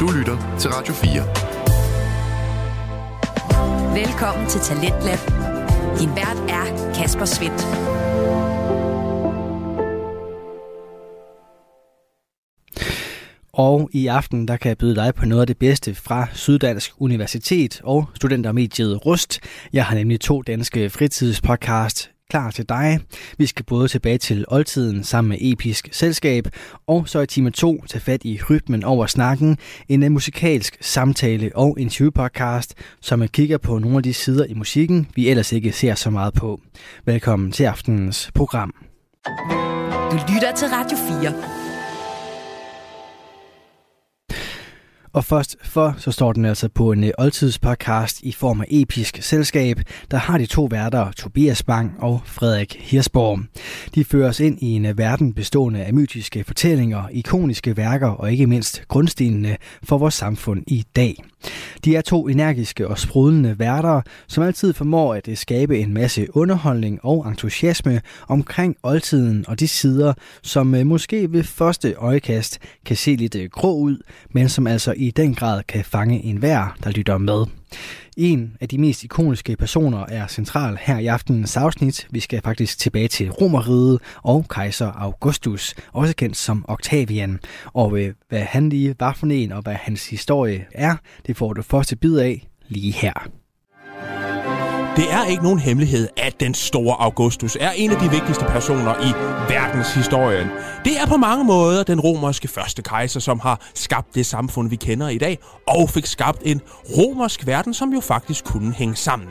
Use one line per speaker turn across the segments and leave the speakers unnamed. Du lytter til Radio
Velkommen til Talentlab. Din vært er Kasper Svendt.
Og i aften, der kan jeg byde dig på noget af det bedste fra Syddansk Universitet og studentermediet Rust. Jeg har nemlig to danske fritidspodcast klar til dig. Vi skal både tilbage til oldtiden sammen med episk selskab, og så i time 2 tage fat i rytmen over snakken, en øh, musikalsk samtale og interviewpodcast, som øh, kigger på nogle af de sider i musikken, vi ellers ikke ser så meget på. Velkommen til aftenens program.
Du lytter til Radio 4.
Og først for, så står den altså på en øh, oldtidspodcast i form af episk selskab, der har de to værter, Tobias Bang og Frederik Hirsborg. De fører os ind i en øh, verden bestående af mytiske fortællinger, ikoniske værker og ikke mindst grundstenene for vores samfund i dag. De er to energiske og sprudlende værter, som altid formår at øh, skabe en masse underholdning og entusiasme omkring oldtiden og de sider, som øh, måske ved første øjekast kan se lidt øh, grå ud, men som altså i den grad kan fange enhver, der lytter med. En af de mest ikoniske personer er central her i aftenens afsnit. Vi skal faktisk tilbage til Romeriet og kejser Augustus, også kendt som Octavian. Og øh, hvad han lige var for en, og hvad hans historie er, det får du første bid af lige her.
Det er ikke nogen hemmelighed, at den store Augustus er en af de vigtigste personer i verdenshistorien. Det er på mange måder den romerske første kejser, som har skabt det samfund, vi kender i dag, og fik skabt en romersk verden, som jo faktisk kunne hænge sammen.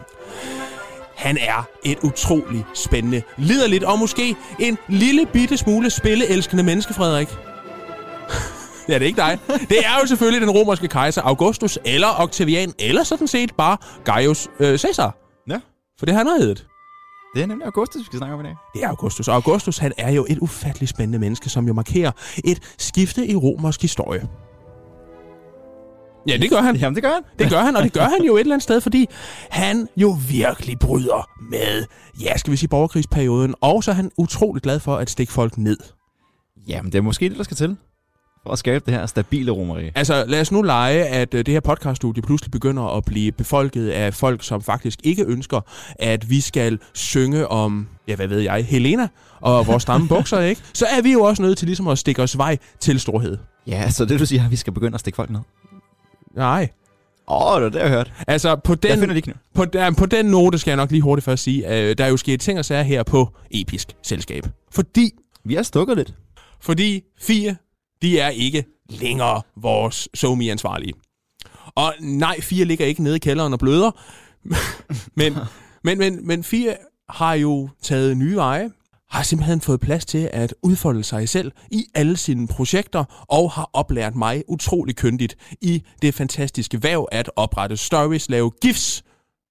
Han er et utrolig spændende, liderligt og måske en lille bitte smule spilleelskende menneske, Frederik. Ja, det er ikke dig. Det er jo selvfølgelig den romerske kejser Augustus, eller Octavian, eller sådan set bare Gaius øh, Caesar.
Ja.
For det har han heddet.
Det er nemlig Augustus, vi skal snakke om i dag.
Det er Augustus, og Augustus han er jo et ufattelig spændende menneske, som jo markerer et skifte i romersk historie. Ja, det gør han.
Jamen, det gør han.
Det gør han, og det gør han jo et eller andet sted, fordi han jo virkelig bryder med, ja, skal vi sige, borgerkrigsperioden, og så er han utrolig glad for at stikke folk ned.
Jamen, det er måske det, der skal til for at skabe det her stabile romerige.
Altså, lad os nu lege, at øh, det her podcaststudie pludselig begynder at blive befolket af folk, som faktisk ikke ønsker, at vi skal synge om, ja, hvad ved jeg, Helena og vores stramme bukser, ikke? Så er vi jo også nødt til ligesom at stikke os vej til storhed.
Ja, så det du siger, at vi skal begynde at stikke folk ned.
Nej.
Åh, oh, det er det, jeg har hørt.
Altså, på
Den... Jeg
den,
finder det ikke nu.
på, ja, på den note skal jeg nok lige hurtigt først sige, at øh, der er jo sket ting og sager her på Episk Selskab. Fordi
Vi har stukket lidt.
Fordi Fie, de er ikke længere vores somi-ansvarlige. Og nej, Fie ligger ikke nede i kælderen og bløder. men, men, men, men Fie har jo taget nye veje, har simpelthen fået plads til at udfolde sig selv i alle sine projekter, og har oplært mig utrolig kyndigt i det fantastiske væv at oprette stories, lave gifs,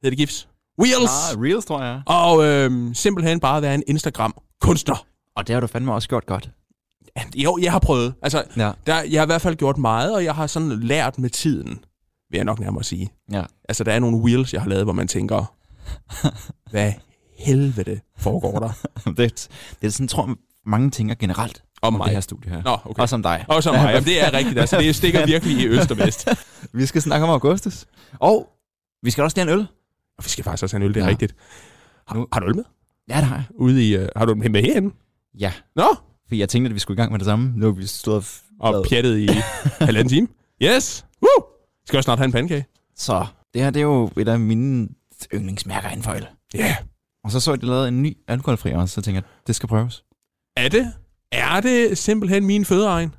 hedder det gifs? Wheels!
Ah, Reels, tror jeg.
Og øhm, simpelthen bare være en Instagram-kunstner.
Og det har du fandme også gjort godt.
Jo, jeg har prøvet. Altså,
Ja.
der, jeg har i hvert fald gjort meget, og jeg har sådan lært med tiden, vil jeg nok nærmere sige.
Ja.
Altså, der er nogle wheels, jeg har lavet, hvor man tænker, hvad helvede foregår der
det, er, det er sådan, tror jeg, mange tænker generelt
om
om det her
mig?
studie her.
Nå, okay.
Og som dig.
Og som mig. Jamen, det er rigtigt. Altså, det stikker virkelig i øst og vest.
Vi skal snakke om Augustus. Og vi skal også lige have en øl.
Og vi skal faktisk også have en øl, det er
Ja.
rigtigt. Har,
Nu-
har du øl med?
Ja, det har jeg.
Ude i, uh, har du den med herinde?
Ja.
Nå,
For jeg tænkte, at vi skulle i gang med det samme. Nu har vi stået og f-
og
lavet-
pjattet i halvanden time. Yes! Woo! Skal også snart have en pandekage.
Så det her, det er jo et af mine yndlingsmærker inden for øl.
Ja. Yeah.
Og så så jeg, at de lavede en ny alkoholfri også, så tænkte jeg, det skal prøves.
Er det? Er det simpelthen min fødeegn?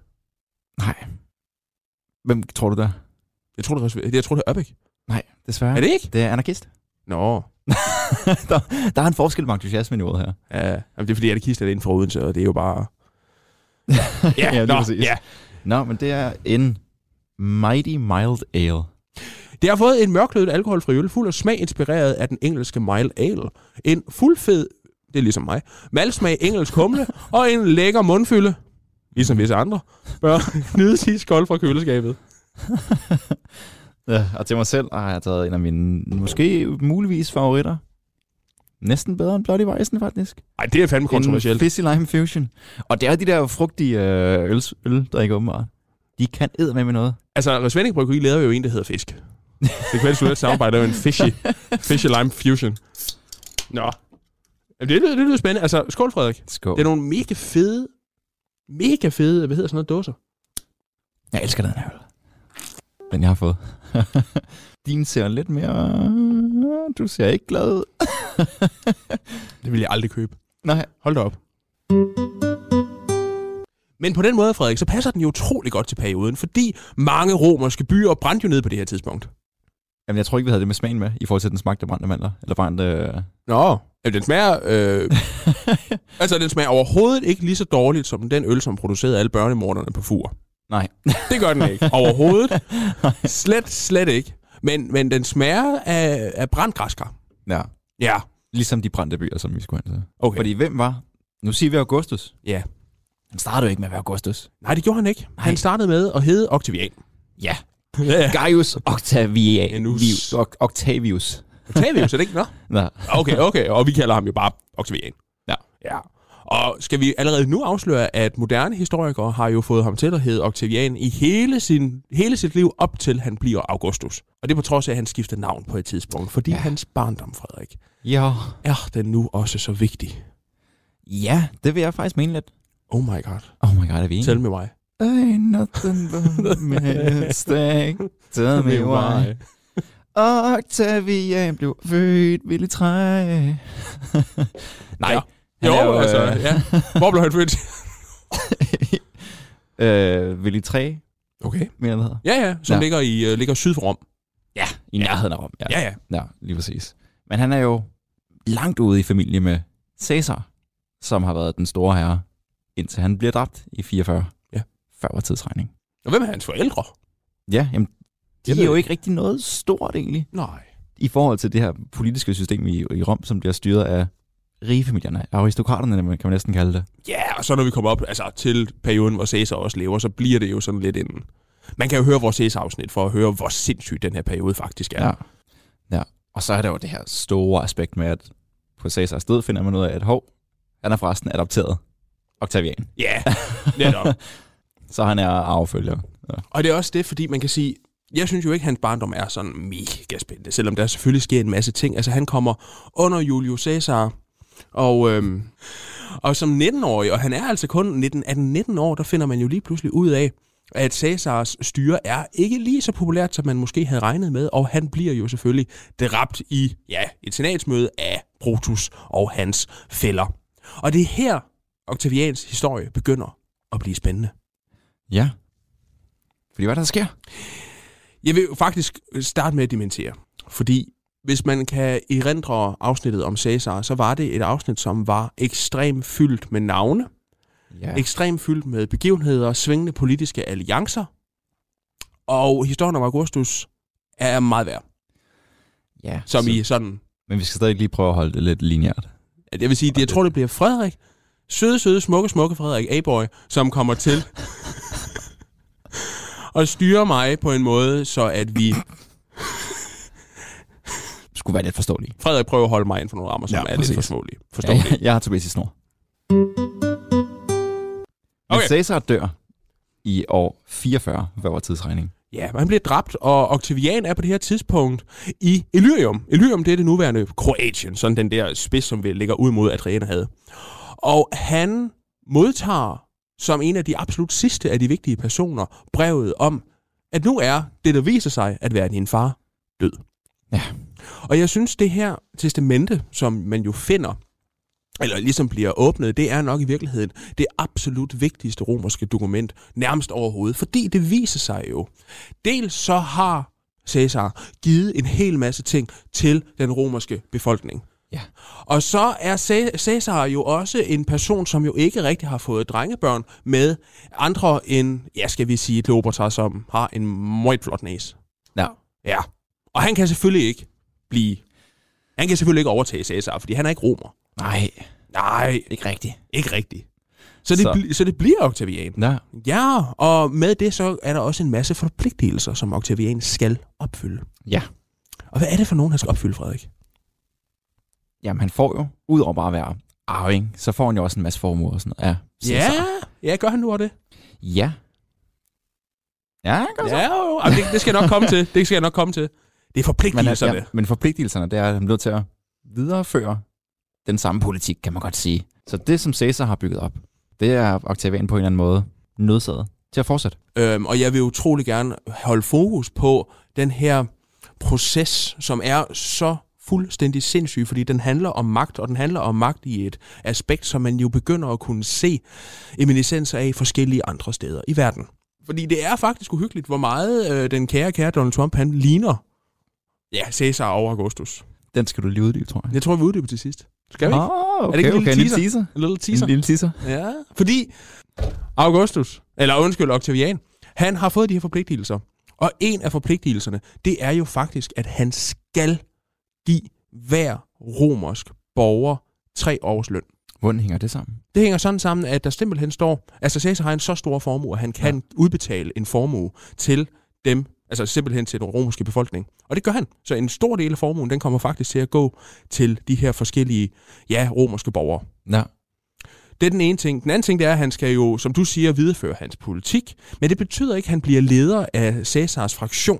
Nej. Hvem tror du der?
Jeg tror, det var, jeg tror, det var Ørbæk.
Nej, desværre.
Er det ikke?
Det er anarkist.
Nå.
der, der, er en forskel på entusiasmeniveauet her.
Ja, jamen, det er fordi, at det kister inden for Odense, og det er jo bare... Ja,
lige
nå,
præcis.
ja.
Nå, men det er en Mighty Mild Ale.
Det har fået en mørklødet alkoholfri øl, fuld af smag inspireret af den engelske mild ale. En fuldfed, det er ligesom mig, malsmag engelsk humle og en lækker mundfylde, ligesom visse andre, bør nydes i skold fra køleskabet.
Ja, og til mig selv har jeg taget en af mine, måske muligvis favoritter. Næsten bedre end Bloody Weizen, faktisk.
Ej, det er fandme
En
kontroversielt.
fizzy lime fusion. Og det er de der frugtige øh, øl, øl der ikke åbenbart. De kan æde med med noget.
Altså, Resvending Bryggeri lavede jo en, der hedder Fisk. Det kan være, at det er et samarbejde, der er jo en fishy, fishy lime fusion. Nå. Jamen, det, lyder, det lyder spændende. Altså, skål, Frederik.
Skål.
Det er nogle mega fede, mega fede, hvad hedder sådan noget, dåser.
Jeg elsker den her øl. Den, jeg har fået. Din ser lidt mere... Du ser ikke glad ud.
Det vil jeg aldrig købe.
Nej.
Hold da op. Men på den måde, Frederik, så passer den jo utrolig godt til perioden, fordi mange romerske byer brændte jo ned på det her tidspunkt.
Jamen, jeg tror ikke, vi havde det med smagen med, i forhold til den smagte brændte mandler. Eller brændte... Øh...
Nå, jamen, den smager... Øh, altså, den smager overhovedet ikke lige så dårligt som den øl, som producerede alle børnemorderne på fur.
Nej.
Det gør den ikke. Overhovedet. Slet, slet ikke. Men, men den smager af, af brandgræskar.
ja.
Ja.
Ligesom de brændte byer, som vi skulle hen til.
Okay.
Fordi hvem var... Nu siger vi Augustus.
Ja.
Han startede jo ikke med at være Augustus.
Nej, det gjorde han ikke. Han startede med at hedde Octavian.
Ja.
Ja.
Gaius Octavianus.
Vius-
Octavius.
Octavius, er det ikke? Nå.
Nå.
Okay, okay. Og vi kalder ham jo bare Octavian.
Ja.
Ja. Og skal vi allerede nu afsløre, at moderne historikere har jo fået ham til at hedde Octavian i hele, sin, hele sit liv, op til han bliver Augustus. Og det er på trods af, at han skifter navn på et tidspunkt, fordi ja. hans barndom, Frederik,
Ja.
er den nu også så vigtig.
Ja, det vil jeg faktisk mene lidt.
Oh my god.
Oh my god, er vi enige?
Tæl med mig.
Ain't nothing but a mistake. Tell me why. Octavian blev født ved et træ. Nej.
Ja.
Han
Jo,
er
jo, altså,
øh,
ja. Hvor blev han født?
øh, ved et træ,
Okay.
mener jeg, det hedder.
Ja, ja, som ja.
Ja.
ligger, i, uh, ligger syd for Rom.
Ja, i nærheden af Rom. Ja.
Ja, ja.
ja, lige præcis. Men han er jo langt ude i familie med Caesar, som har været den store herre, indtil han bliver dræbt i 44.
Ja.
Før var tidsregning.
Og hvem er hans forældre?
Ja, jamen, de
Jeg
er
ved
jo
det.
ikke rigtig noget stort egentlig.
Nej.
i forhold til det her politiske system i, i Rom, som bliver styret af rigefamilierne, aristokraterne, kan man næsten kalde det.
Ja, og så når vi kommer op altså, til perioden, hvor Cæsar også lever, så bliver det jo sådan lidt inden. Man kan jo høre vores Cæsar-afsnit for at høre, hvor sindssyg den her periode faktisk er.
Ja. ja. Og så er der jo det her store aspekt med, at på Cæsars død finder man ud af, at hov, han er forresten adopteret. Octavian.
Ja, netop.
Så han er arvefølger. Ja.
Og det er også det, fordi man kan sige, jeg synes jo ikke, at hans barndom er sådan mega spændende, selvom der selvfølgelig sker en masse ting. Altså, han kommer under Julius Caesar, og, øhm, og som 19-årig, og han er altså kun 19, 18-19 år, der finder man jo lige pludselig ud af, at Caesars styre er ikke lige så populært, som man måske havde regnet med, og han bliver jo selvfølgelig dræbt i ja, et senatsmøde af Brutus og hans fæller. Og det er her, Octavians historie begynder at blive spændende.
ja. Fordi hvad der sker?
Jeg vil jo faktisk øh, starte med at dementere, fordi hvis man kan erindre afsnittet om Cæsar, så var det et afsnit, som var ekstremt fyldt med navne,
Ja.
ekstremt fyldt med begivenheder, svingende politiske alliancer, og historien om Augustus er meget værd,
ja.
som
så,
i sådan...
Men vi skal stadig lige prøve at holde det lidt lineært.
at Jeg vil sige, at jeg tror, det bliver Frederik, søde, søde, smukke, smukke Frederik A-boy, som kommer til og styrer mig på en måde, så at vi...
Skulle være lidt forståeligt.
Frederik prøver at holde mig inden for nogle rammer, som
Ja,
ja, er lidt
præcis.
for smålige.
Ja,
Forstår
jeg, jeg har Tobias i snor. Men
Okay.
Cæsar dør i år 44, hvad var tidsregning?
Ja, men han bliver dræbt, og Octavian er på det her tidspunkt i Illyrium. Illyrium, det er det nuværende Kroatien, sådan den der spids, som vi ligger ud mod Adriana havde. Og han modtager, som en af de absolut sidste af de vigtige personer, brevet om, at nu er det, der viser sig at være din far, død.
Ja.
Og jeg synes, det her testamente, som man jo finder, eller ligesom bliver åbnet, det er nok i virkeligheden det absolut vigtigste romerske dokument nærmest overhovedet, fordi det viser sig jo. Dels så har Cæsar givet en hel masse ting til den romerske befolkning.
Ja.
Og så er Cæ- Cæsar jo også en person, som jo ikke rigtig har fået drengebørn med andre end, ja skal vi sige, Kleopatra, som har en meget flot næse.
Ja.
Ja. Og han kan selvfølgelig ikke blive... Han kan selvfølgelig ikke overtage Cæsar, fordi han er ikke romer.
Nej,
Nej,
ikke rigtigt.
ikke rigtigt. Så det,
Så.
så. Bl- så det bliver Octavian.
Ja.
Ja, og med det så er der også en masse forpligtelser, som Octavian skal opfylde.
ja.
Og hvad er det for nogen, han skal opfylde, Frederik?
Jamen, han får jo, udover bare at være arving, så får han jo også en masse formuer og sådan noget. Ja, Cæsar.
Ja, gør han nu også det?
ja. Ja, han gør så.
Ja, jo, jo. Jamen, det, det, skal jeg nok komme til. Det skal jeg nok komme til. Altså. Det er
Men,
forpligtelserne.
ja, men forpligtelserne, det er, at han er nødt til at videreføre den samme politik, kan man godt sige. Så det, som Caesar har bygget op, det er Octavian på en eller anden måde nødsaget til at fortsætte.
Øhm, og jeg vil utrolig gerne holde fokus på den her proces, som er så fuldstændig sindssyg, fordi den handler om magt, og den handler om magt i et aspekt, som man jo begynder at kunne se eminiscenser af forskellige andre steder i verden. Fordi det er faktisk uhyggeligt, hvor meget øh, den kære, kære Donald Trump, han ligner ja, Cæsar over Augustus.
Den skal du lige uddybe, tror jeg.
Jeg tror, vi uddyber til sidst. Skal vi?
Ah,
Ah.
okay,
Er det ikke en lille
okay,
teaser?
teaser?
En lille teaser.
En lille teaser.
Ja, fordi Augustus, eller undskyld, Octavian, han har fået de her forpligtelser. Og en af forpligtelserne, det er jo faktisk, at han skal give hver romersk borger tre års løn.
Hvordan hænger det sammen?
Det hænger sådan sammen, at der simpelthen står, altså Caesar har en så stor formue, at han kan ja. udbetale en formue til dem, altså simpelthen til den romerske befolkning. Og det gør han. Så en stor del af formuen, den kommer faktisk til at gå til de her forskellige, ja, romerske borgere.
Ja.
Det er den ene ting. Den anden ting det er, at han skal jo, som du siger, videreføre hans politik. Men det betyder ikke, at han bliver leder af Cæsars fraktion,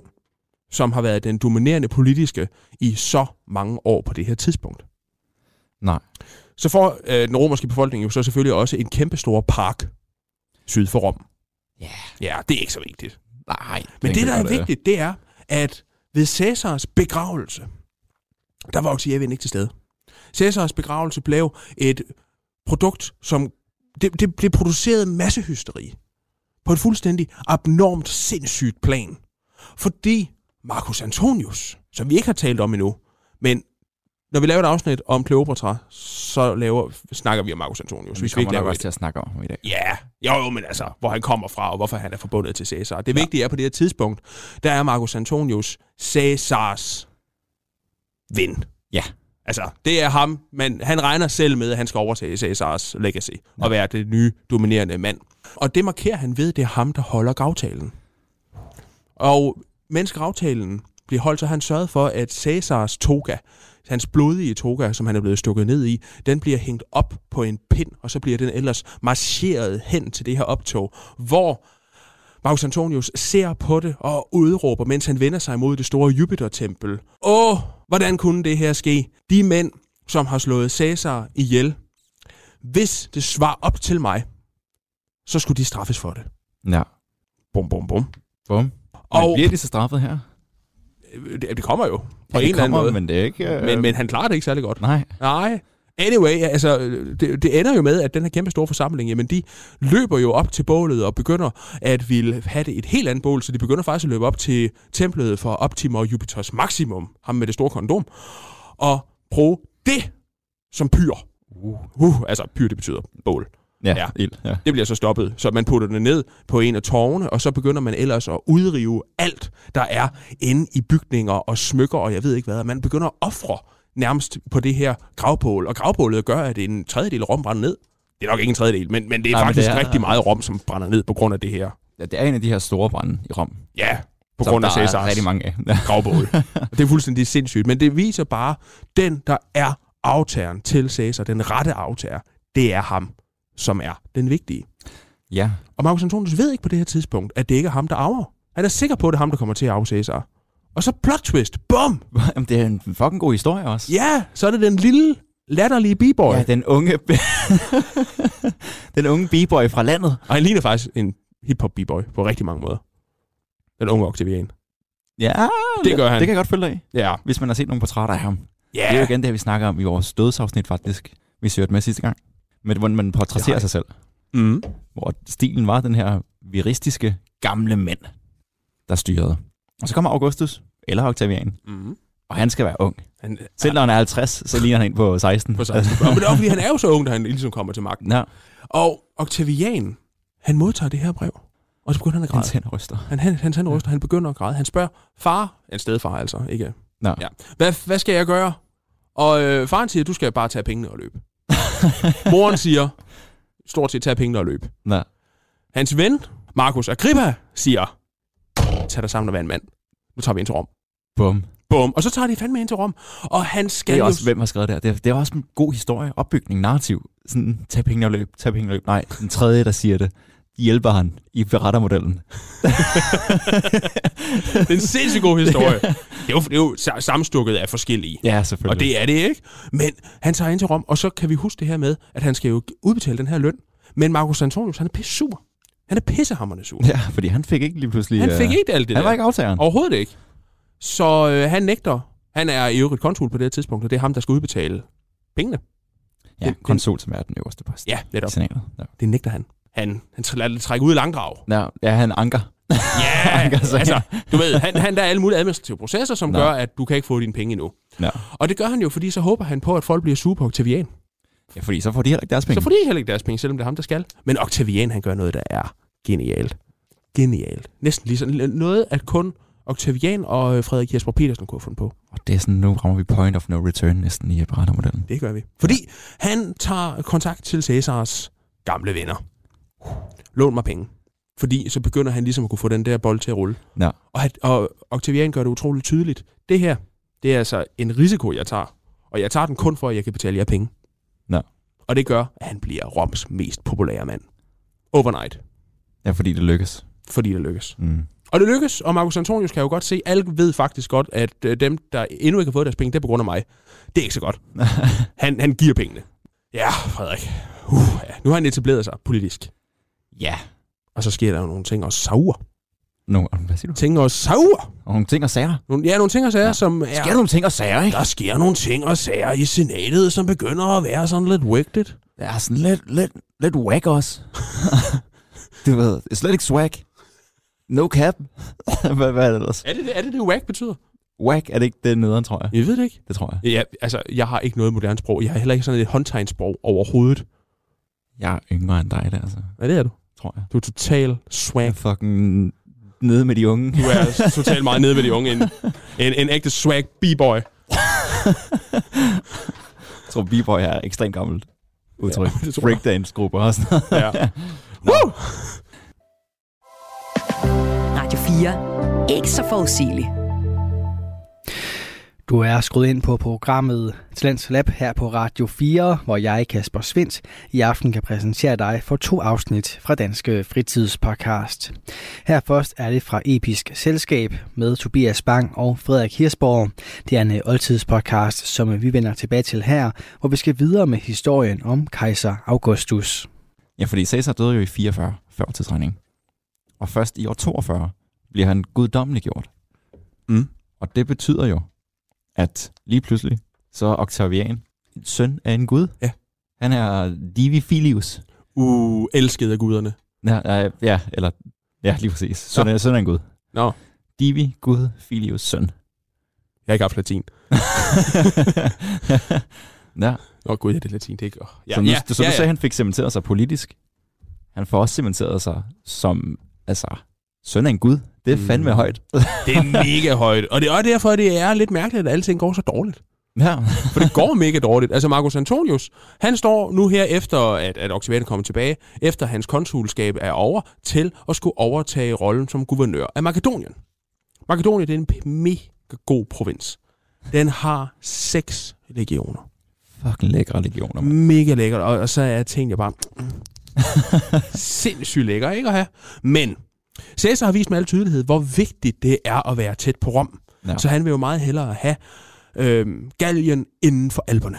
som har været den dominerende politiske i så mange år på det her tidspunkt.
Nej.
Så får øh, den romerske befolkning jo så selvfølgelig også en kæmpestor park syd for Rom.
Ja.
Ja, det er ikke så vigtigt.
Nej.
Men det, der er
tænker jeg,
vigtigt, det er, at ved Cæsars begravelse, der var Octavian ikke til stede. Cæsars begravelse blev et produkt, som det, det, det producerede massehysteri på et fuldstændig abnormt sindssygt plan. Fordi Marcus Antonius, som vi ikke har talt om endnu, men når vi laver et afsnit om Kleopatra, så laver, snakker vi om Marcus Antonius.
Vi
Hvis vi ikke
kommer nok
laver
også til at snakke om ham i dag.
Ja, jo, jo, men altså, hvor han kommer fra, og hvorfor han er forbundet til Cæsar. Det vigtige er, på det her tidspunkt, der er Marcus Antonius Cæsars ven.
Ja.
Altså, det er ham, men han regner selv med, at han skal overtage Cæsars legacy og være det nye dominerende mand. Og det markerer han ved, det er ham, der holder gravtalen. Og mens gravtalen blev holdt, så har han sørget for, at Cæsars toga, hans blodige toga, som han er blevet stukket ned i, den bliver hængt op på en pind, og så bliver den ellers marcheret hen til det her optog, hvor Marcus Antonius ser på det og udråber, mens han vender sig mod det store Jupiter-tempel. Åh, hvordan kunne det her ske? De mænd, som har slået Cæsar ihjel, hvis det svar op til mig, så skulle de straffes for det.
Ja.
Bum, bum, bum.
Bum. Og men
Og
bliver de så straffet her?
Øh, det, det kommer jo på
Ja,
en
det
eller anden måde.
men det er ikke... Øh...
Men, men han klarer det ikke særlig godt.
Nej.
Nej. Anyway, altså, det, det ender jo med, at den her kæmpe store forsamling, jamen de løber jo op til bålet og begynder at ville have det et helt andet bål, så de begynder faktisk at løbe op til templet for Optima og Jupiters Maximum, ham med det store kondom, og bruge det som pyr.
Uh.
Uh, altså pyr, det betyder bål.
Ja,
Ja.
ja. ild. Ja.
Det bliver så stoppet, så man putter det ned på en af tårne, og så begynder man ellers at udrive alt, der er inde i bygninger og smykker, og jeg ved ikke hvad. Man begynder at ofre nærmest på det her gravbål, og gravbålet gør, at en tredjedel af Rom brænder ned. Det er nok ikke en tredjedel, men, men det er Nej,
Nej, men
faktisk
det
det
er-
er... rigtig meget Rom, som brænder ned på grund af det her.
ja. Det er en af de her store brænde i Rom.
Ja, på
som
grund af
der er
Cæsars
rigtig mange af. Ja.
gravbål. det er fuldstændig sindssygt, men det viser bare, den der er aftageren til Cæsar, den rette aftager, det er ham, som er den vigtige.
ja.
Og Marcus Antonius ved ikke på det her tidspunkt, at det ikke er ham, der arver. Han er sikker på, at det er ham, der kommer til at arve Cæsar. Og så plot twist. Bum!
Jamen, det er en fucking god historie også.
Ja, så er det den lille latterlige b-boy.
Ja,
Ja.
den unge... den unge b-boy fra landet.
Og han ligner faktisk en hip-hop b-boy på rigtig mange måder. Den unge Octavian.
Ja,
Det gør han.
Det kan jeg godt følge dig i,
Ja.
hvis man har set nogle portrætter af ham. Ja.
Ja.
Det er jo igen det, her, vi snakker om i vores dødsafsnit faktisk, vi sørte med sidste gang. Men hvordan man
Det har
portrætterer
jeg.
sig selv.
Mm.
Hvor stilen var den her viristiske gamle mænd, der styrede. Og så kommer Augustus, eller Octavian,
Mm.
og han skal være ung.
Han,
Selv når han er 50, så ligner han en på 16.
på 16. Og men det er også, fordi han er jo så ung, da han ligesom kommer til magten.
Nå,
Og Octavian, han modtager det her brev. Og så begynder han at
han
græde.
tænder ryster.
Han, han, han, han ryster, han begynder at græde. Han spørger, far, en stedfar altså, ikke?
Nå.
Ja. Hvad, hvad skal jeg gøre? Og øh, faren siger, du skal bare tage pengene og løbe. Moren siger, stort set tage pengene og løbe.
Nå.
Hans ven, Markus Agrippa, siger, tag dig sammen og vær en mand. Nu tager vi ind til Rom.
Bum.
Bum. Og så tager de fandme ind til Rom. Og han skal
Det er
jo...
også, hvem har skrevet det her. Det er, det er også en god historie, opbygning, narrativ. Sådan, tag penge og løb, tag penge og løb. Nej, den tredje, der siger det. hjælper han i berettermodellen.
Det er en sindssygt god historie. Det er jo, det er jo sa- sammenstukket af forskellige.
Ja, selvfølgelig.
Og det er det ikke. Men han tager ind til Rom, og så kan vi huske det her med, at han skal jo udbetale den her løn. Men Marcus Antonius, han er pisse sur. Han er pissehammerende sur.
Ja, fordi han fik ikke lige pludselig...
Han
øh,
fik ikke alt det
Han
der.
var ikke aftageren.
Overhovedet ikke. Så øh, han nægter. Han er i øvrigt konsul på det her tidspunkt, og det er ham, der skal udbetale pengene.
Ja,
Den- den-
konsul, som er den øverste post.
Ja,
i
netop.
senatet. Ja.
Det nægter han. Han, han tr- lader det trække ud i langdrag.
Nå, ja, han anker.
Ja,
Han kan sige.
altså, du ved, han, han der er alle mulige administrative processer, som
Nå.
gør, at du kan ikke få dine penge endnu.
Nå.
Og det gør han jo, fordi så håber han på, at folk bliver sure på Octavian.
Ja, fordi så får de heller ikke deres penge.
Så får de heller ikke deres penge, selvom det er ham, der skal. Men Octavian, han gør noget, der er genialt. Genialt. Næsten lige sådan noget, at kun Octavian og øh, Frederik Jesper Petersen kunne have fundet på.
Og det er sådan, nu rammer vi point of no return næsten i apparatermodellen.
Det gør vi. Fordi han tager kontakt til Cæsars gamle venner. Lån mig penge. Fordi så begynder han ligesom at kunne få den der bold til at rulle.
Ja.
Og, han, og Octavian gør det utroligt tydeligt. Det her, det er altså en risiko, jeg tager. Og jeg tager den kun for, at jeg kan betale jer penge.
Ja.
Og det gør, at han bliver Roms mest populære mand. Overnight.
Ja, fordi det lykkes.
Fordi det lykkes.
Mm.
Og det lykkes, og Marcus Antonius kan jo godt se, alle ved faktisk godt, at øh, dem, der endnu ikke har fået deres penge, det er på grund af mig. Det er ikke så godt. Han, han giver pengene. Ja, Frederik. Uh, ja. Nu har han etableret sig politisk.
ja.
Og så sker der jo nogle ting og sauer.
Nogle, hvad siger du?
Ting og sauer.
Og Nogle ting og sager.
Nogle, ja, nogle ting og sager, ja. som er...
Sker der nogle ting og sager, ikke?
Der sker nogle ting og sager i senatet, som begynder at være sådan lidt wicked.
Ja, sådan lidt, lidt, lidt whack også. du ved, det er slet ikke swag. No cap. hvad, hvad er det ellers?
Er det det, er det, det whack betyder?
Whack er det ikke det nederen, tror jeg.
Jeg ved det ikke.
Det tror jeg.
Ja, altså, jeg har ikke noget moderne sprog. Jeg har heller ikke sådan et håndtegnsprog overhovedet.
Jeg er yngre end dig der, altså.
Hvad det er du?
Tror jeg.
Du er total
Jeg
swag
er fucking nede med de unge.
Du er totalt meget nede ved de unge. En, en, en ægte swag b-boy.
Jeg tror, b-boy er ekstremt gammelt udtryk.
Ja, det
Ja,
tror jeg.
Breakdance-grupper og sådan noget.
Ja.
Radio 4. Ikke så forudsigelig.
Du er skruet ind på programmet Talents Lab her på Radio 4, hvor jeg, Kasper Svindt, i aften kan præsentere dig for to afsnit fra Danske Fritidspodcast. Her først er det fra Episk Selskab med Tobias Bang og Frederik Hirsborg. Det er en øh, oldtidspodcast, som øh, vi vender tilbage til her, hvor vi skal videre med historien om kejser Augustus.
Ja, fordi Caesar døde jo i 44 før tidsregning. Og først i år 42 bliver han guddommeliggjort.
Mm.
Og det betyder jo, at lige pludselig, så er Octavian søn af en gud.
Ja.
Han er Divi Filius.
Uh, elsket af guderne.
Ja, ja, ja, eller, ja lige præcis. Søn, af, søn af en gud.
Nå.
Divi, gud, Filius, søn.
Jeg har ikke haft latin.
ja,
Nå gud, ja, det er latin, det er ikke... åh. Ja,
så nu,
ja,
så du
ja,
sagde,
ja.
han fik cementeret sig politisk. Han får også cementeret sig som, altså, søn af en gud. Det er
Mm.
fandme højt.
Det er mega højt. Og det er også derfor, det er lidt mærkeligt, at alting går så dårligt.
Ja.
For det går mega dårligt. Altså, Marcus Antonius, han står nu her efter, at, at Octavian kommer tilbage, efter hans konsulskab er over, til at skulle overtage rollen som guvernør af Makedonien. Makedonien, det er en p- mega god provins. Den har seks legioner.
Fucking lækre legioner, mand.
Mega lækkert, og, og så er tingene jo bare mm, sindssygt lækker, ikke at have? Men Cæsar har vist med al tydelighed, hvor vigtigt det er at være tæt på Rom.
Ja.
Ja. Så han vil jo meget hellere have øhm, Gallien inden for Alperne.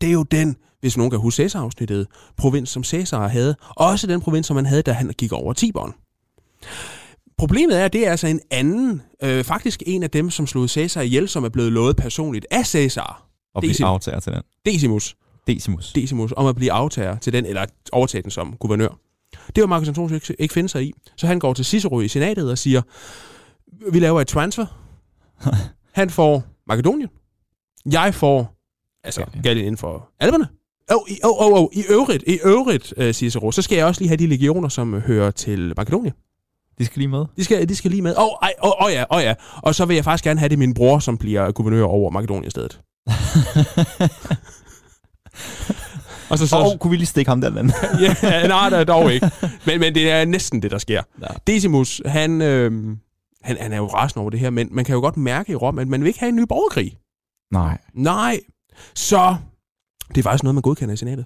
Det er jo den, hvis nogen kan huske Cæsar-afsnittet, provins, som Cæsar havde. Også den provins, som han havde, da han gik over Tiberen. Problemet er, at det er altså en anden, øh, faktisk en af dem, som slog Cæsar ihjel, som er blevet lovet personligt af Cæsar.
Og blive
Decim-
aftager til den.
Decimus.
Decimus.
Decimus om at blive aftager til den, eller overtage den som guvernør. Det var Marcus Antonius ikke, ikke finde sig i, så han går til Cicero i senatet og siger, vi laver et transfer. Han får Makedonien. Jeg får, altså,
Gallien.
Gallien inden for alberne. Og oh, i, oh, oh, oh, i øvrigt, i øvrigt, øh, Cicero, så skal jeg også lige have de legioner, som øh, hører til Makedonien.
De skal lige med.
De skal, de skal lige med. Åh, oh, oh, oh, ja, oh, ja. Og så vil jeg faktisk gerne have det er min bror, som bliver guvernør over Makedonien i stedet. Og så, så,
Åh, oh, kunne vi lige stikke ham der den?
ja, nej, der er dog ikke. Men, men det er næsten det, der sker.
Ja.
Decimus, han, øh, han, han er jo rasende over det her, men man kan jo godt mærke i Rom, at man vil ikke have en ny borgerkrig.
Nej.
Nej. Så det er faktisk noget, man godkender i senatet.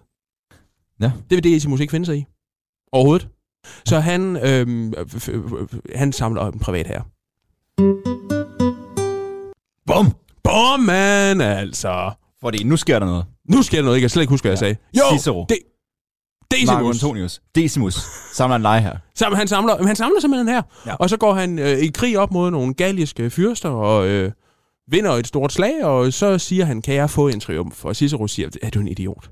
Ja.
Det vil Decimus ikke finde sig i. overhovedet. Så han, øhm, f- f- f- han samler op en privat herre.
Bum!
Bom, man, altså.
Fordi nu sker der noget.
Nu sker der noget, jeg kan slet ikke huske, hvad jeg sagde. Jo,
Cicero.
det,
Marcus
Decimus.
Antonius. Decimus. Samler en leje her.
Sammen, han, samler, jamen, han samler simpelthen her. Ja.
Ja.
Og så går han øh, i krig op mod nogle galliske fyrster og øh, vinder et stort slag, og så siger han, kan jeg få en triumf? Og Cicero siger, er du en idiot?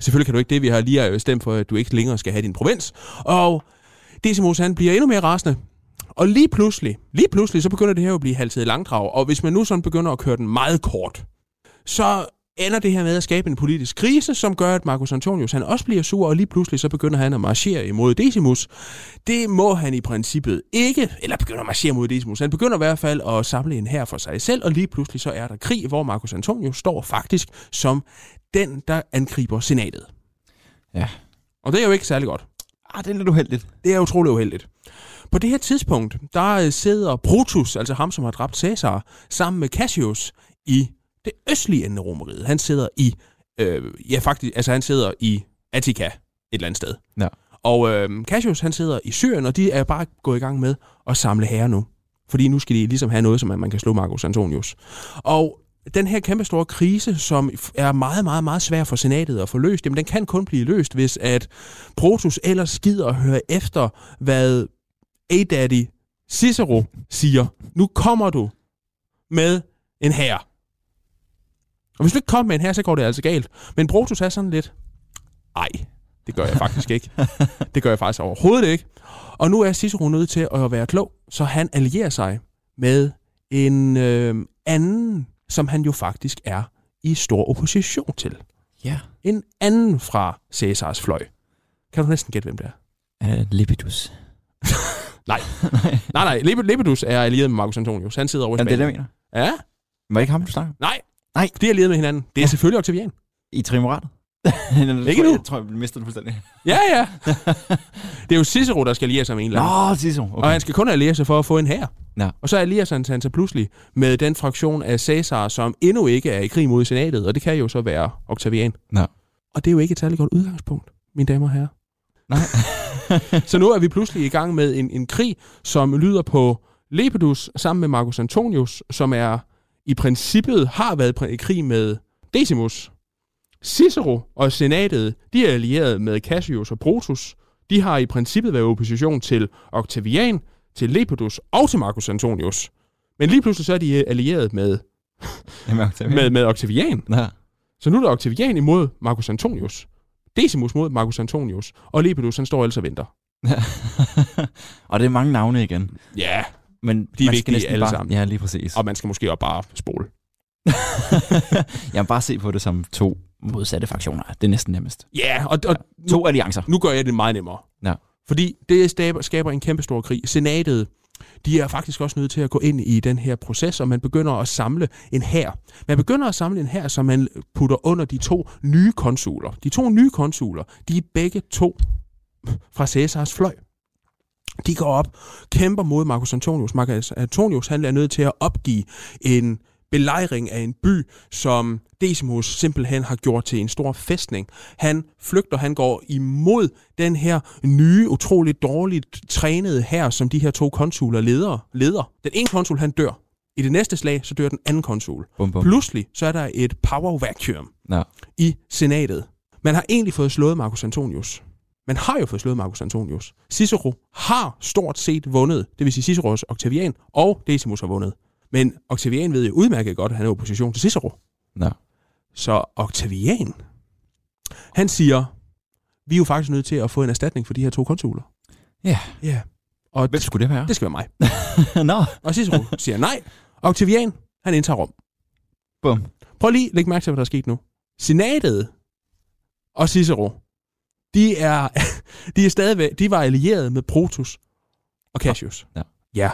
Selvfølgelig kan du ikke det, vi har lige øh, stemt for, at du ikke længere skal have din provins. Og Decimus, han bliver endnu mere rasende. Og lige pludselig, lige pludselig, så begynder det her jo at blive halvtid i langdrag. Og hvis man nu sådan begynder at køre den meget kort, så ender det her med at skabe en politisk krise, som gør, at Marcus Antonius han også bliver sur, og lige pludselig så begynder han at marchere imod Decimus. Det må han i princippet ikke, eller begynder at marchere mod Decimus. Han begynder i hvert fald at samle en her for sig selv, og lige pludselig så er der krig, hvor Marcus Antonius står faktisk som den, der angriber senatet.
Ja.
Og det er jo ikke særlig godt.
Ah, det er lidt uheldigt.
Det er utrolig uheldigt. På det her tidspunkt, der øh, sidder Brutus, altså ham, som har dræbt Caesar, sammen med Cassius i det østlige ende af Romeriet. Han sidder i, øh, ja faktisk, altså han sidder i Attica et eller andet sted.
Ja.
Og øh, Cassius, han sidder i Syrien, og de er bare gået i gang med at samle herrer nu. Fordi nu skal de ligesom have noget, som at man kan slå Marcus Antonius. Og den her kæmpe store krise, som er meget, meget, meget svær for senatet at få løst, jamen den kan kun blive løst, hvis at Protus ellers gider at høre efter, hvad A-Daddy Cicero siger. Nu kommer du med en her. Og hvis du ikke kommer med en her, så går det altså galt. Men Protus er sådan lidt, ej, det gør jeg faktisk ikke. Det gør jeg faktisk overhovedet ikke. Og nu er Cicero nødt til at være klog, så han allierer sig med en øh, anden, som han jo faktisk er i stor opposition til.
Ja.
En anden fra Cæsars fløj. Kan du næsten gætte, hvem det er?
Uh, Lepidus.
Nej, nej, Lep- Lepidus er allieret med Marcus Antonius. Han sidder over i
Jamen, det er det,
Spanien.
jeg mener.
Ja,
Var det ikke ham, du snakker om?
nej.
Nej.
De er allieret med hinanden. Det er selvfølgelig Octavian.
I Trimoratet? Jeg
Ikke
tror-
nu.
Jeg tror, jeg mistede det fuldstændig.
Ja, ja. Det er jo Cicero, der skal alliere sig med en eller anden.
Nå, Cicero.
Okay. Og han skal kun alliere sig for at få en her.
Nå.
Og så allierer han sig så pludselig med den fraktion af Cæsar, som endnu ikke er i krig mod senatet, og det kan jo så være Octavian.
Nå.
Og det er jo ikke et særlig godt udgangspunkt, mine damer og herrer.
Nej.
Så nu er vi pludselig i gang med en, en krig, som lyder på Lepidus sammen med Marcus Antonius, som er i princippet har været pr- i krig med Decimus. Cicero og senatet, de er allieret med Cassius og Brutus. De har i princippet været i opposition til Octavian, til Lepidus og til Marcus Antonius. Men lige pludselig så er de øh, allieret med,
Jamen, Octavian.
med, med Octavian.
Nå.
Så nu er der Octavian imod Marcus Antonius. Decimus mod Marcus Antonius. Og Lepidus, han står altså og venter.
og det er mange navne igen.
Ja, yeah.
Men
vigtige
man skal næsten
alle
bare,
sammen.
Ja, lige præcis.
og man skal måske også bare spole.
Jamen, bare se på det som to modsatte fraktioner. Det er næsten nemmest.
Ja, yeah, og, og nu,
To alliancer.
nu gør jeg det meget nemmere.
Ja.
Fordi det skaber, skaber en kæmpe stor krig. Senatet, de er faktisk også nødt til at gå ind i den her proces, og man begynder at samle en hær. Man begynder at samle en hær, som man putter under de to nye konsuler. De to nye konsuler, de er begge to fra Cæsars fløj. De går op, kæmper mod Marcus Antonius. Marcus Antonius han er nødt til at opgive en belejring af en by, som Decimus simpelthen har gjort til en stor fæstning. Han flygter, han går imod den her nye, utroligt dårligt trænede her, som de her to konsuler leder. leder. Den ene konsul, han dør. I det næste slag, så dør den anden konsul.
Bum, bum.
Pludselig, så er der et power vacuum
Nå.
i senatet. Man har egentlig fået slået Marcus Antonius. Man har jo fået slået Marcus Antonius. Cicero har stort set vundet, det vil sige Ciceros Octavian og Decimus har vundet. Men Octavian ved jo udmærket godt, at han er i opposition til Cicero.
Nå.
Så Octavian, han siger, vi er jo faktisk nødt til at få en erstatning for de her to konsuler.
Ja.
Ja. Og
Hvem
det,
skulle det være?
det skal være mig.
Nå.
Og Cicero siger nej. Octavian, han indtager Rom.
Bum.
Prøv lige at lægge mærke til, hvad der er sket nu. Senatet og Cicero, de er, de er stadigvæk, de var allieret med Protus og Cassius.
Ja.
ja.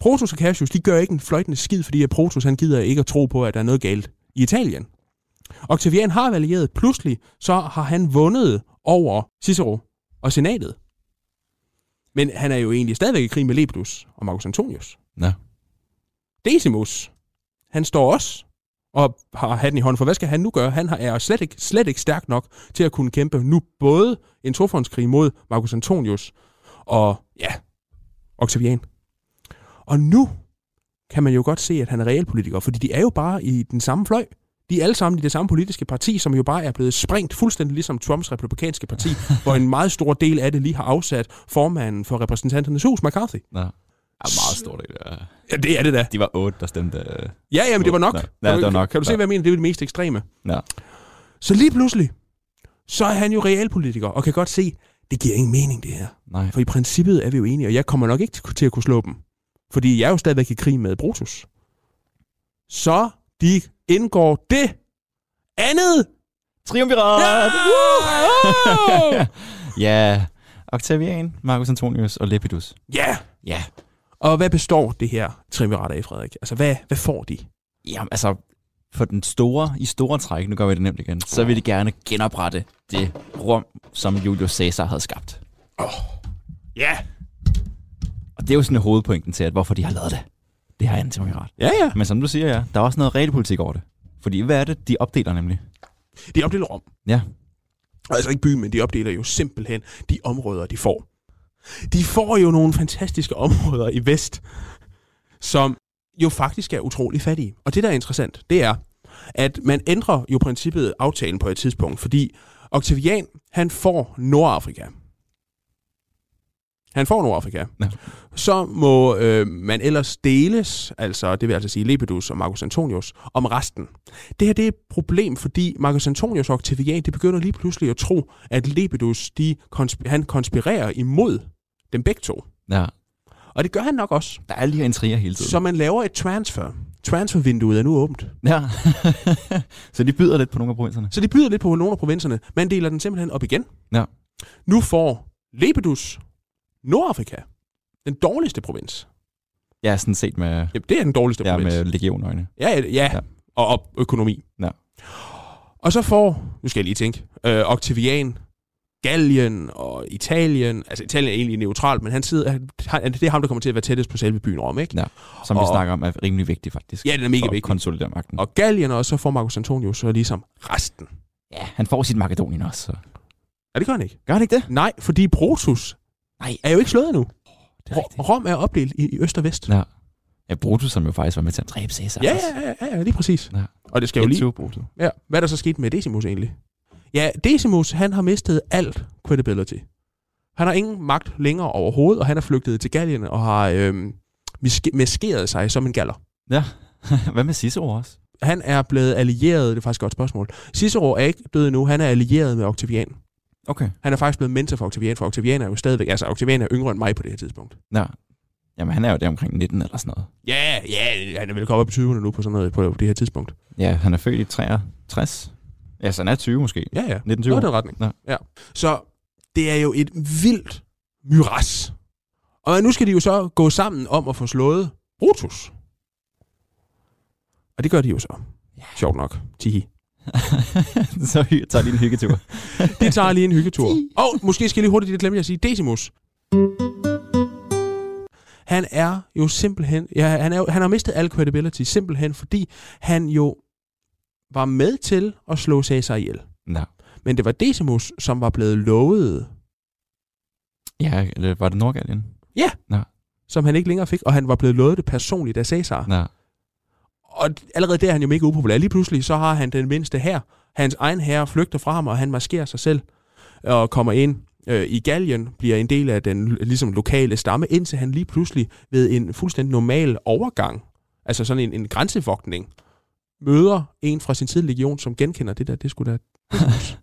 Protus og Cassius, de gør ikke en fløjtende skid, fordi at Protus, han gider ikke at tro på, at der er noget galt i Italien. Octavian har været allieret. Pludselig, så har han vundet over Cicero og senatet. Men han er jo egentlig stadigvæk i krig med Lepidus og Marcus Antonius.
Nå.
Decimus, han står også og har hatten i hånden. For hvad skal han nu gøre? Han har- er slet ikke, slet ikke stærk nok til at kunne kæmpe nu både en trofåndskrig mod Marcus Antonius og, ja, Octavian. Og nu kan man jo godt se, at han er realpolitiker, fordi de er jo bare i den samme fløj. De er alle sammen i det samme politiske parti, som jo bare er blevet sprængt fuldstændig ligesom Trumps republikanske parti, hvor en meget stor del af det lige har afsat formanden for repræsentanternes hus, McCarthy.
Nå. Ja, meget stor del. Ja.
Ja, det er det da.
De var otte, der stemte. Øh.
Ja, jamen det var nok.
Nå. Ja,
Kan du-
det var nok.
Kan du se,
Ja.
hvad jeg mener? Det er jo det mest ekstreme.
Ja.
Så lige pludselig, så er han jo realpolitiker, og kan godt se, det giver ingen mening det her.
Nej.
For i princippet er vi jo enige, og jeg kommer nok ikke til- til at kunne slå dem. Fordi jeg er jo stadigvæk i krig med Brutus. Så de indgår det andet.
Triumvirat!
Ja!
ja. Octavian, Marcus Antonius og Lepidus.
ja.
Ja.
Og hvad består det her triumvirat af, Frederik? Altså, hvad, hvad får de?
Jamen, altså, for den store, i store træk, nu gør vi det nemt igen, så vil de gerne genoprette det rum, som Julius Caesar havde skabt.
Ja.
Og det er jo sådan hovedpointen til, at hvorfor de har lavet det. Det har andet triumvirat.
Ja, ja.
Men som du siger, ja, der er også noget realpolitik over det. Fordi hvad er det, de opdeler nemlig?
De opdeler Rom.
Ja,
Og Altså ikke byen, men de opdeler jo simpelthen de områder, de får. De får jo nogle fantastiske områder i vest, som jo faktisk er utrolig fattige. Og det, der er interessant, det er, at man ændrer jo princippet aftalen på et tidspunkt, fordi Octavian, han får Nordafrika. Han får Nordafrika.
Ja.
Så må øh, man ellers deles, altså det vil altså sige Lepidus og Marcus Antonius, om resten. Det her det er et problem, fordi Marcus Antonius og Octavian, det begynder lige pludselig at tro, at Lepidus, de konsp- han konspirerer imod dem begge to.
ja.
Og det gør han nok også.
Der er lige intriger hele tiden.
Så man laver et transfer. Transfervinduet er nu åbent.
Ja. så de byder lidt på nogle af provinserne.
Så de byder lidt på nogle af provinserne. Man deler den simpelthen op igen.
Ja.
Nu får Lepidus Nordafrika. Den dårligste provins.
Ja, sådan set med,
Jamen, det er den dårligste
ja,
provins.
med legionøjne.
Ja, ja, ja.
Ja.
Og, og økonomi.
Ja.
Og så får, nu skal jeg lige tænke, øh, Octavian, Gallien og Italien. Altså, Italien er egentlig neutralt, men han sidder, han, han- det er ham, der kommer til at være tættest på selve byen Rom, ikke?
Ja, som og... vi
Og-
snakker om er rimelig vigtig faktisk.
Ja, den er mega
for at
vigtig.
konsolidere magten. Og...
Og Gallien, og så får Marcus Antonius så ligesom resten.
Ja, han får sit Makedonien også. Så.
Ja, det gør han ikke.
Gør han ikke det?
Nej, fordi Brutus
Nej.
er jo ikke slået endnu.
Det er rigtigt.
R- Rom er opdelt i, i øst og vest.
Ja. ja, Brutus, som jo faktisk var med til at dræbe Caesar.
Ja,
også.
ja, ja, ja, ja lige præcis.
Ja.
Og det skal jo lige...
Into Brutus.
Ja. Hvad er der så sket med Decimus egentlig? Ja, Decimus, han har mistet alt credibility. Han har ingen magt længere overhovedet, og han er flygtet til Gallien og har øhm, miske- maskeret sig som en galler.
Ja. Hvad med Cicero også?
Han er blevet allieret, det er faktisk et godt spørgsmål. Cicero er ikke død endnu, han er allieret med Octavian.
Okay.
Han er faktisk blevet mentor for Octavian, for Octavian er jo stadigvæk, altså Octavian er yngre end mig på det her tidspunkt.
Ja. Jamen, han er jo der omkring 19 eller sådan noget.
Ja, ja, han er vel kommet op i 20'erne nu på sådan noget på det her tidspunkt.
Ja, han er født i 63. Ja, så han er 20 måske.
Ja, ja.
1920.
Noget i den retning.
Ja.
Ja. Så det er jo et vildt myras. Og nu skal de jo så gå sammen om at få slået Brutus. Og det gør de jo så. Ja. Sjovt nok. Tihi.
så hy- tager de en hyggetur.
De tager lige en hyggetur. Og måske skal jeg lige hurtigt, det glemte jeg at sige, Decimus. Han er jo simpelthen, ja, han, er, jo- han har mistet al credibility, simpelthen fordi han jo var med til at slå Caesar ihjel.
Nå.
Men det var Decimus, som var blevet lovet
Ja, eller var det Nordgallien?
som han ikke længere fik, og han var blevet lovet det personligt af Cæsar.
Nå.
Og allerede der er han jo mega upopulær. Lige pludselig så har han den mindste her. Hans egen herre flygter fra ham, og han maskerer sig selv og kommer ind øh, i Gallien, bliver en del af den ligesom lokale stamme, indtil han lige pludselig ved en fuldstændig normal overgang, altså sådan en, en grænsevogtning, møder en fra sin tidlige legion, som genkender det der, det skulle da...
Sk-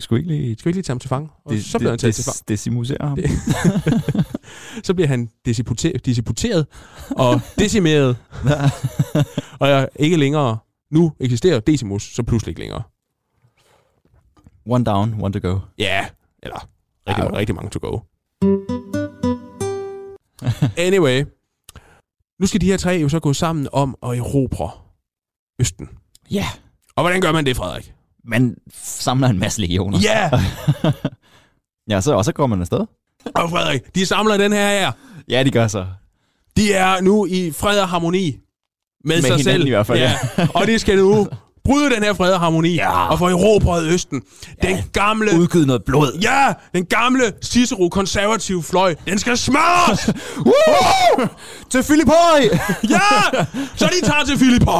Skulle ikke lige...
Skal vi ikke lige tage ham til fange? Og
Det,
så bliver han
det,
taget til fange.
det, decimusere ham.
Det- så bliver han disipute- disiputeret og decimeret. og jeg ikke længere, nu eksisterer Decimus så pludselig ikke længere.
One down, one to go.
Ja, eller rigtig,
Au.
rigtig mange to go. Anyway, nu skal de her tre jo så gå sammen om at erobre Østen.
Ja.
Og hvordan gør man det, Frederik?
Man samler en masse legioner.
Ja! Yeah!
Ja, så, og så går man afsted.
Og Frederik, de samler den her her.
Ja, de gør så.
De er nu i fred og harmoni med,
Med
sig
hinanden
selv.
i hvert fald, ja.
og de skal nu bryde den her fred og harmoni
Ja.
og få erobret Østen. Den gamle...
Udgivet noget blod.
Ja, den gamle Cicero-konservative fløj, den skal smadres!
Uh! Til Filippøj!
ja! Så de tager til Philippi!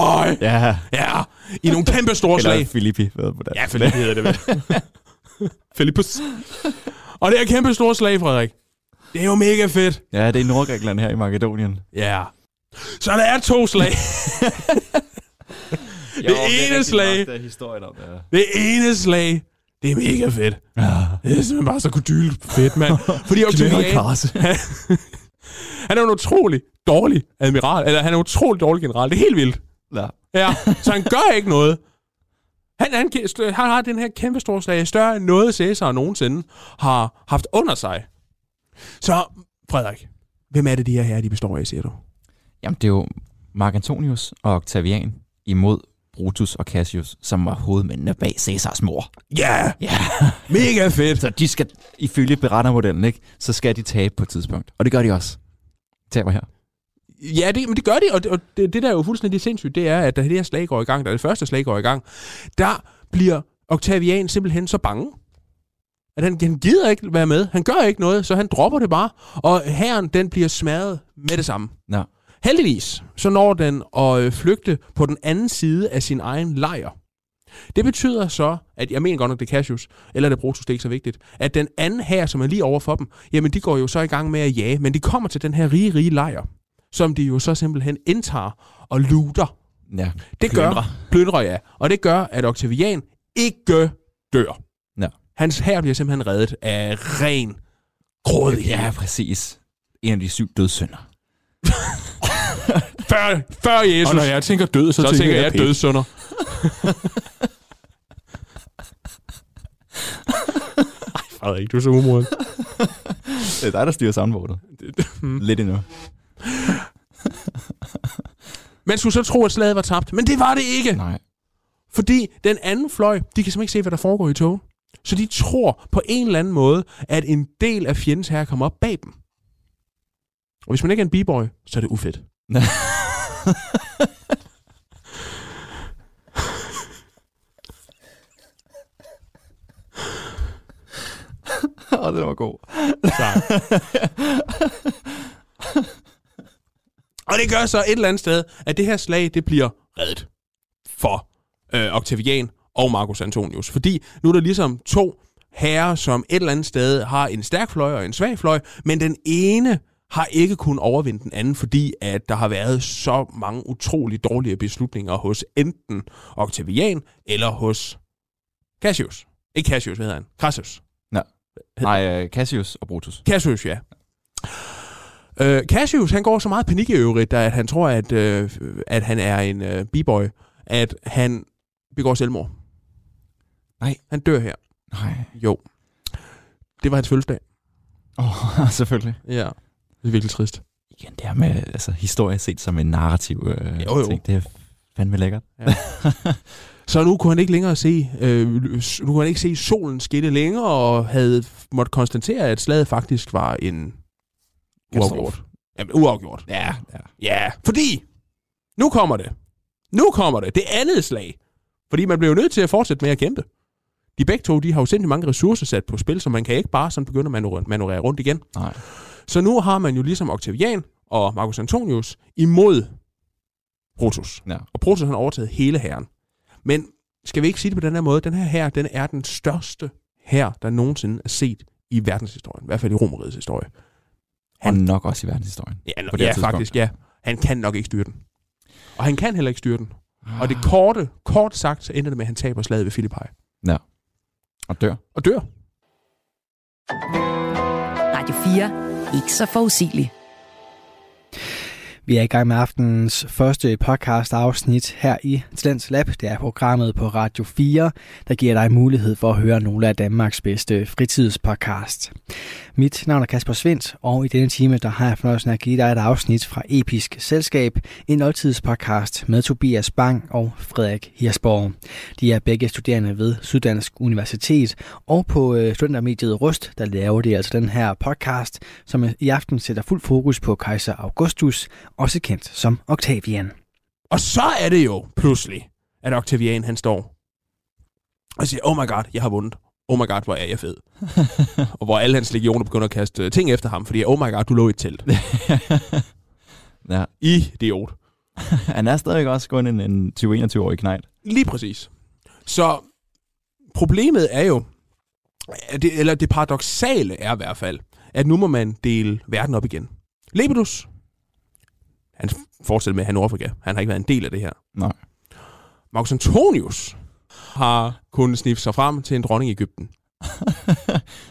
ja.
Ja, i nogle kæmpe store
Eller
slag.
Filippi, ved hvordan.
Ja, Philippi hedder det vel. Philippus. Og det er kæmpe store slag, Frederik. Det er jo mega fedt.
ja, det er i Nordgrækenland her i Makedonien.
Ja. Så der er to slag. det ene slag,
er historien om, ja.
det ene slag, det er mega fedt. Det er simpelthen bare så kodyl fedt, mand. Fordi Octavian, han er en utrolig dårlig admiral, eller han er en utrolig dårlig general. Det er helt vildt.
Ja.
Ja, så han gør ikke noget. Han, han, han har den her kæmpe store slag, større end noget Cæsar nogensinde har haft under sig. Så, Frederik, hvem er det, de her her, de består af, siger du?
Jamen, det er jo Mark Antonius og Octavian imod Brutus og Cassius, som var hovedmændene bag Cæsars mor.
Ja, yeah,
Ja.
mega fedt.
Så de skal, ifølge berettermodellen, ikke, så skal de tabe på et tidspunkt. Og det gør de også. Taber her.
Ja, det, men det gør de, og, det, og det, det, der er jo fuldstændig sindssygt, det er, at da det her slag går i gang, da det første slag går i gang, der bliver Octavian simpelthen så bange, at han, han gider ikke være med. Han gør ikke noget, så han dropper det bare, og herren, den bliver smadret med det samme.
Nå.
Heldigvis, så når den at øh, flygte på den anden side af sin egen lejr. Det betyder så, at jeg mener godt nok, det er Cassius, eller det er Brutus, det er ikke så vigtigt, at den anden her, som er lige over for dem, jamen de går jo så i gang med at jage, men de kommer til den her rige, rige lejr, som de jo så simpelthen indtager og looter.
Ja.
Det gør, plyndrer ja, og det gør, at Octavian ikke dør.
Nå.
Hans her bliver simpelhen reddet af ren grådighed.
Ja, præcis. En af de syv dødssynder.
Før, før Jesus.
Og når jeg tænker død, så,
så, så tænker jeg,
pæk.
dødssynder. Ej, Frederik, du er så umoden.
Det er dig, der styrer soundboardet. Lidt endnu.
Man skulle så tro, at slaget var tabt, men det var det ikke.
Nej.
Fordi den anden fløj, de kan simpelthen ikke se, hvad der foregår i toget. Så de tror på en eller anden måde, at en del af fjendens herre kommer op bag dem. Og hvis man ikke er en b-boy, så er det ufedt.
Åh, det var god.
Og det gør så et eller andet sted, at det her slag, det bliver reddet for øh, Octavian og Marcus Antonius. Fordi nu er der ligesom to herrer, som et eller andet sted har en stærk fløj og en svag fløj, men den ene har ikke kunnet overvinde den anden, fordi at der har været så mange utrolig dårlige beslutninger hos enten Octavian eller hos Cassius. Ikke Cassius, hvad hedder han? Crassus.
Nej, øh, Cassius og Brutus.
Cassius, ja. Øh, Cassius, han går så meget i panik i øvrigt, da at han tror, at, øh, at han er en øh, b-boy, at han begår selvmord.
Nej.
Han dør her.
Nej.
Jo. Det var hans fødselsdag.
Åh, oh, selvfølgelig.
Ja. Det er virkelig trist.
Igen, det her med altså, historie set som en narrativ øh,
Jo, jo.
ting, det er fandme lækkert.
Så nu kunne han ikke længere se, øh, nu kunne han ikke se solen skinne længere, og havde måtte konstatere, at slaget faktisk var en uafgjort. Jamen, uafgjort.
Ja, ja.
Ja, fordi nu kommer det. Nu kommer det. Det andet slag. Fordi man bliver jo nødt til at fortsætte med at kæmpe. De begge to, de har jo sindssygt mange ressourcer sat på spil, så man kan ikke bare sådan begynde at manøvrere, manøvrere rundt igen.
Nej.
Så nu har man jo ligesom Octavian og Marcus Antonius imod Brutus.
Ja.
Og Brutus han har overtaget hele herren. Men skal vi ikke sige det på den her måde? Den her her, den er den største her, der nogensinde er set i verdenshistorien. I hvert fald i Romerigets historie.
Og
Han-
nok også i verdenshistorien.
Ja,
på
på
det
det
her
ja
tidspunkt.
faktisk, ja. Han kan nok ikke styre den. Og han kan heller ikke styre den. Og det korte, kort sagt, så ender det med, at han taber slaget ved Philippi.
Og dør.
Og dør.
Radio 4. Ikke så forudsigelig.
Vi er i gang med aftenens første podcast afsnit her i Talents Lab. Det er programmet på Radio 4, der giver dig mulighed for at høre nogle af Danmarks bedste fritidspodcast. Mit navn er Kasper Svendt, og i denne time der har jeg fornøjelsen af at give dig et afsnit fra Episk Selskab, en oldtidspodcast med Tobias Bang og Frederik Hirsborg. De er begge studerende ved Syddansk Universitet, og på øh, studentermediet Rust, der laver de altså den her podcast, som i aften sætter fuld fokus på kejser Augustus, også kendt som Octavian.
Og så er det jo pludselig, at Octavian han står og siger, oh my god, jeg har vundet. Oh my god, hvor er jeg fed. og hvor alle hans legioner begynder at kaste øh, ting efter ham, fordi oh my god, du lå i et telt.
ja.
Idiot.
Han er stadigvæk også kun en, en 20-21-årig knejt.
Lige præcis. Så problemet er jo, at det, eller det paradoxale er i hvert fald, at nu må man dele verden op igen. Lepidus, han fortsætter med, at han er Nordafrika. Han har ikke været en del af det her.
Nej.
Marcus Antonius har kunnet sniffe sig frem til en dronning i Ægypten.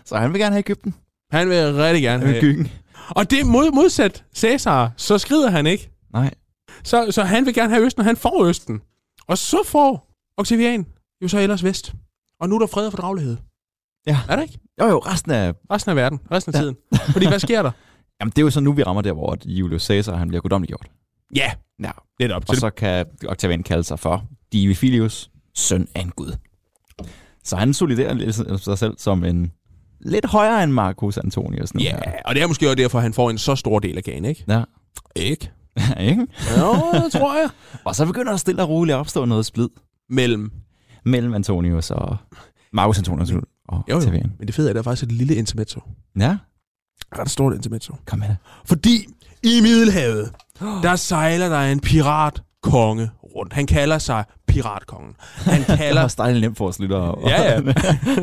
Så han vil gerne have Ægypten. Øh,
Han vil rigtig gerne
Han vil
have.
gyggen.
Og det mod, modsat Cæsar, så skrider han ikke.
Nej.
Så, så han vil gerne have Østen, og han får Østen. Og så får Octavian jo så ellers Vest. Og nu er der fred og fordragelighed.
Ja.
Er der ikke?
Jo jo, resten af...
Resten af verden, resten af
Ja.
ja. tiden. Fordi hvad sker der?
Jamen det er jo så nu, vi rammer der, hvor at Julius Caesar han bliver guddommeliggjort.
Ja,
Ja.
netop.
Og
Så, så,
så kan Octavian kalde sig for Divifilius, søn af en gud. Så han soliderer lidt sig selv som en lidt højere end Marcus Antonius nu.
ja,
her.
og det er måske også derfor, han får en så stor del af kagen, ikke?
Ja.
Ikke?
Ikke?
Jo, det tror jeg.
Og så begynder der stille og roligt at opstå noget splid
Mellem.
mellem Antonius og Marcus Antonius og
Mm. Jo, jo.
Octavian.
Men det fede er, at der er faktisk et lille intermezzo.
Ja,
Ret stort intermezzo.
kom med det.
Fordi i Middelhavet, der sejler der en piratkonge rundt. Han kalder sig piratkongen. Han
Eller... Det
kalder
var dejligt nemt for os lytter. Og...
Ja, ja.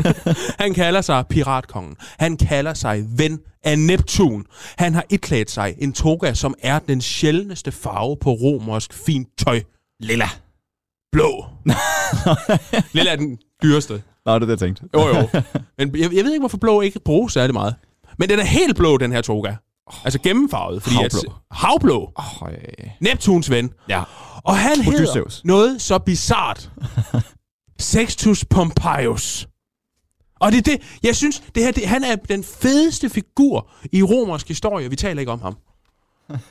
han kalder sig piratkongen. Han kalder sig ven af Neptun. Han har iklædt sig en toga, som er den sjældneste farve på romersk fint tøj.
Lilla.
Blå. Lilla er den dyreste.
Nå, det er det, jeg tænkte.
Jo, jo. Men jeg, jeg ved ikke, hvorfor blå ikke bruges særlig meget. Men den er helt blå, den her toga. Altså gennemfarvet. Fordi
Havblå.
At, havblå.
Oh,
Neptuns ven.
ja.
Og han hedder
Odysseus.
noget så bizart. Sextus Pompeius. Og det er det, jeg synes, det her, det, han er den fedeste figur i romersk historie. Vi taler ikke om ham.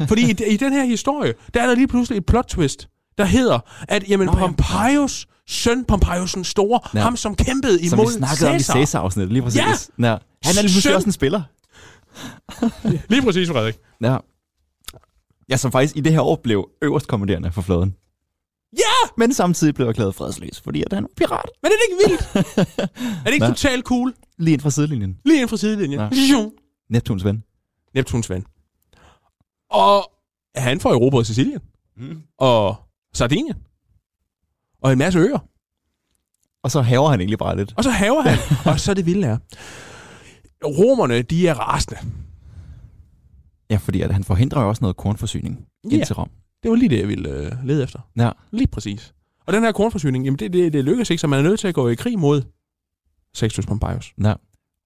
Fordi i, i den her historie, der er der lige pludselig et plot twist, der hedder, at jamen,
Nå, ja.
Pompeius, søn Pompeius den store,
Ja.
ja. ham som kæmpede imod
Som vi snakkede om i
Cæsar.
Cæsar-afsnittet, lige præcis.
Ja!
ja. Han er lige pludselig
Søn.
også en spiller.
Lige præcis, Frederik.
Ja. Ja, som faktisk i det her år blev øverstkommanderende for flåden.
Ja!
Men samtidig blev erklæret fredsløs, fordi at han var pirat.
Men er det ikke vildt? er det ikke
Hva?
totalt cool?
Lige ind fra sidelinjen.
Lige ind fra sidelinjen.
Ja.
Ja.
Neptuns ven.
Neptuns ven. Og han får Europa Sicilien.
Mm.
Mm. Og Sardinien. Og en masse øer.
Og så haver han egentlig bare lidt.
Og så haver han. og så det vilde er. Romerne, de er rasende.
Ja, fordi at han forhindrer jo også noget kornforsyning yeah. ind
Ja.
til Rom.
Det var lige det, jeg ville øh, lede efter.
Ja.
Lige præcis. Og den her kornforsyning, jamen det, det, det lykkes ikke, så man er nødt til at gå i krig mod Sextus Pompeius.
Ja.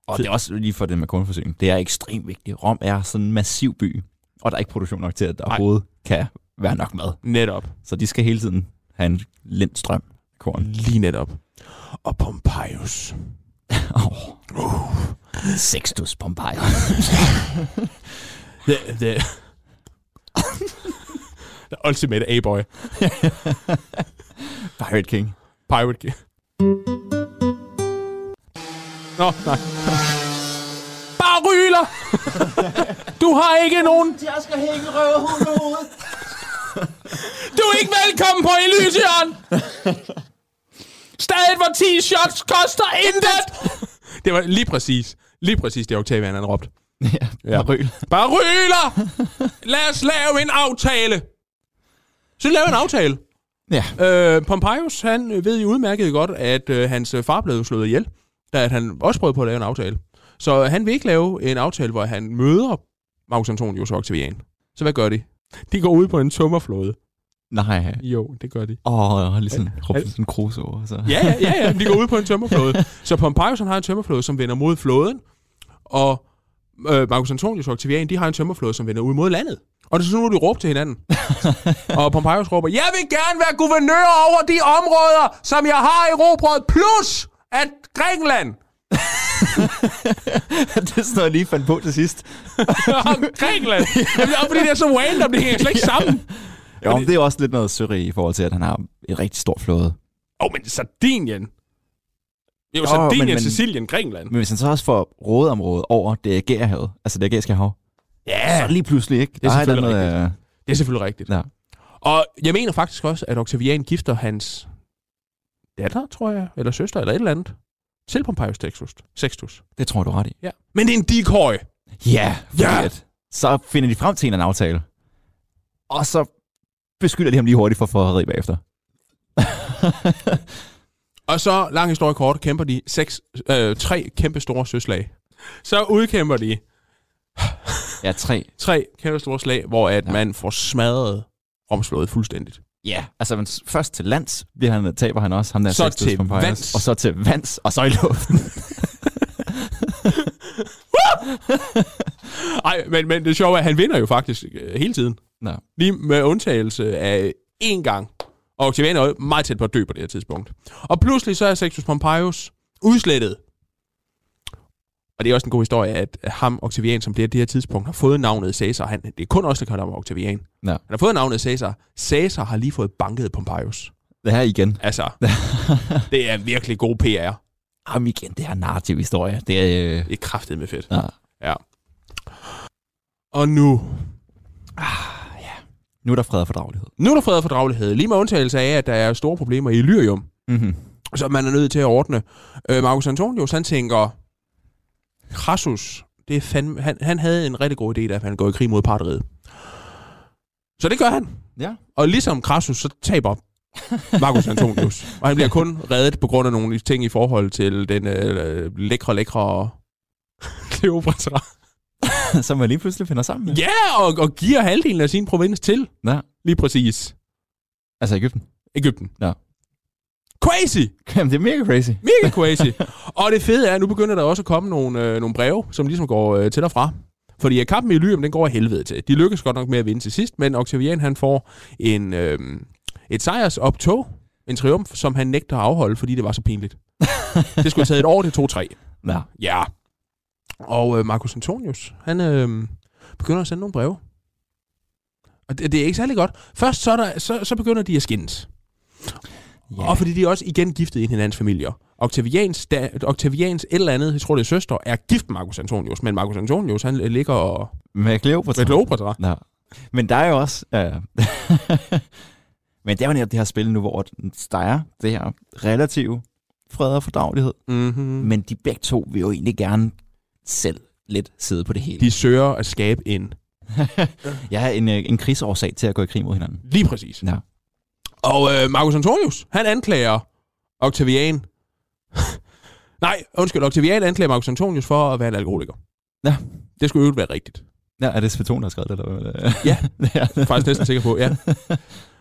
Og det er også lige for det med kornforsyning. Det er ekstremt vigtigt. Rom er sådan en massiv by, og der er ikke produktion nok til, at der
Nej.
overhovedet kan være nok mad.
Netop.
Så de skal hele tiden have en lind strøm af korn.
Lige netop. Og Pompeius.
Oh. Sextus Pompeius.
The, the, the ultimate A-boy.
Pirate King.
Pirate Gear. Nå, nej. Bare ryler! Du har ikke nogen... Jeg skal hænge røvhul med hovedet. Du er ikke velkommen på Elysion! Stadig hvor 10 shots koster intet! Det var lige præcis, lige præcis det Octavian han råbte.
ja, ja. Ryl.
Bare ryler! Lad os lave en aftale! Så lave en aftale.
Ja.
Øh, Pompeius, han øh, ved jo udmærket godt, at øh, hans øh, far blev slået ihjel, da at han også prøvede på at lave en aftale. Så øh, han vil ikke lave en aftale, hvor han møder Marcus Antonius og Octavian. Så hvad gør de? De går ud på en tømmerflåde.
Nej.
Jo, det gør de.
Åh, oh, ligesom Robinson Crusoe. Så.
Ja, ja, ja, ja. De går ud på en tømmerflåde. Så Pompeius han har en tømmerflåde, som vender mod flåden, og øh, Marcus Antonius og Octavian, de har en tømmerflåde, som vender ud mod landet. Og det er sådan, nu de råber til hinanden. og Pompeius råber, jeg vil gerne være guvernør over de områder, som jeg har i Robråd, plus at Grækenland.
det er sådan noget, jeg lige fandt på til sidst.
Grækenland. Jamen, det er fordi det er så random, det hænger slet ikke sammen.
Jo, men det er også lidt noget sørrig i forhold til, at han har en rigtig stor flåde.
Åh, oh, men Sardinien. Det er jo
Jo, men-
Sardinien,
men-
Sicilien, Grækenland.
Men hvis han så også får rådeområdet over det Ægæerhavet, altså det ægæiske hav,
Ja,
så lige pludselig ikke. Det
er
der et eller
selvfølgelig
andet, øh,
det er selvfølgelig rigtigt.
Ja.
Og jeg mener faktisk også, at Octavian gifter hans datter, tror jeg, eller søster, eller et eller andet, til Pompeius Sextus. Sextus.
øh, Det tror jeg, du er ret i.
Ja. Men det er en decoy.
Ja,
Ja!
ja. så finder de frem til en eller anden aftale. Og så beskylder de ham lige hurtigt for forræderi bagefter.
Og så, lang historie kort, kæmper de seks, øh, tre kæmpe store søslag. Så udkæmper de
Ja, tre.
tre kæmpe store slag, hvor at ja.
Ja.
man får smadret romslået fuldstændigt.
Ja, altså men s- først til lands bliver han, taber han også. Ham der
Så
Sextus
til
Pompeius.
vands.
Og så til vands, og så i luften.
Ej, men, men det sjove er, at han vinder jo faktisk øh, hele tiden.
Nå.
Lige med undtagelse af én gang. Og Octavian er jo meget tæt på at dø på det her tidspunkt. Og pludselig så er Sextus Pompeius udslettet. Og det er også en god historie, at ham, Octavian, som bliver det her tidspunkt, har fået navnet Caesar. Han, det er kun også, der kalder ham Octavian.
Nå.
Han har fået navnet Caesar. Caesar har lige fået banket Pompeius.
Det her igen.
Altså, det er virkelig god PR.
Ham igen, det her narrativ historie. Det er... Øh,
Det er kraftet med fedt.
ja.
Og nu
Nu er der fred og fordragelighed.
Nu er der fred og fordragelighed, lige med undtagelse af, at der er store problemer i Lyrium,
Mm-hmm.
som man er nødt til at ordne. Øh, Marcus Antonius, han tænker, Crassus, det er fandme, han, han havde en rigtig god idé, da han går i krig mod parteriet. Så det gør han.
Ja.
Og ligesom Crassus, så taber Marcus Antonius. og han bliver kun reddet på grund af nogle ting i forhold til den øh, lækre, lækre Kleopatra.
Som man lige pludselig finder sammen med.
Ja, og, og giver halvdelen af sin provins til.
Ja.
Lige præcis.
Altså Ægypten.
Ægypten.
Ja.
Crazy!
Jamen, det er mega crazy.
Mega crazy. og det fede er, at nu begynder der også at komme nogle, øh, nogle breve, som ligesom går øh, til og fra. Fordi øh, kampen i Lyrium, den går af helvede til. De lykkes godt nok med at vinde til sidst, men Octavian han får en, øh, et sejrs optog, en triumf, som han nægter at afholde, fordi det var så pinligt. det skulle have taget et år, det tog tre.
Ja.
Ja. Og øh, Marcus Antonius, han øh, begynder at sende nogle breve. Og det, det er ikke særlig godt. Først så, er der, så, så begynder de at skændes.
Ja.
Ja. Og fordi de er også igen giftet i hinandens familier. Octavians, da, Octavians et eller andet, jeg tror det er søster, er gift med Marcus Antonius. Men Marcus Antonius, han ligger og...
Med Cleopatra.
Med Kleopatra.
Ja. Men der er jo også... Øh, men det er jo netop det her spil nu, hvor der er det her relative fred og fordragelighed.
Mm-hmm.
Men de begge to vil jo egentlig gerne selv lidt sidde på det hele.
De søger at skabe en...
Jeg har en, øh, en krigsårsag til at gå i krig mod hinanden.
Lige præcis.
Ja.
Og øh, Marcus Antonius, han anklager Octavian... Nej, undskyld, Octavian anklager Marcus Antonius for at være en alkoholiker.
Ja.
Det skulle jo ikke være rigtigt.
ja er det Sveton, der har skrevet det? Eller? hvad?
Ja.
ja.
Jeg er faktisk næsten sikker på, ja.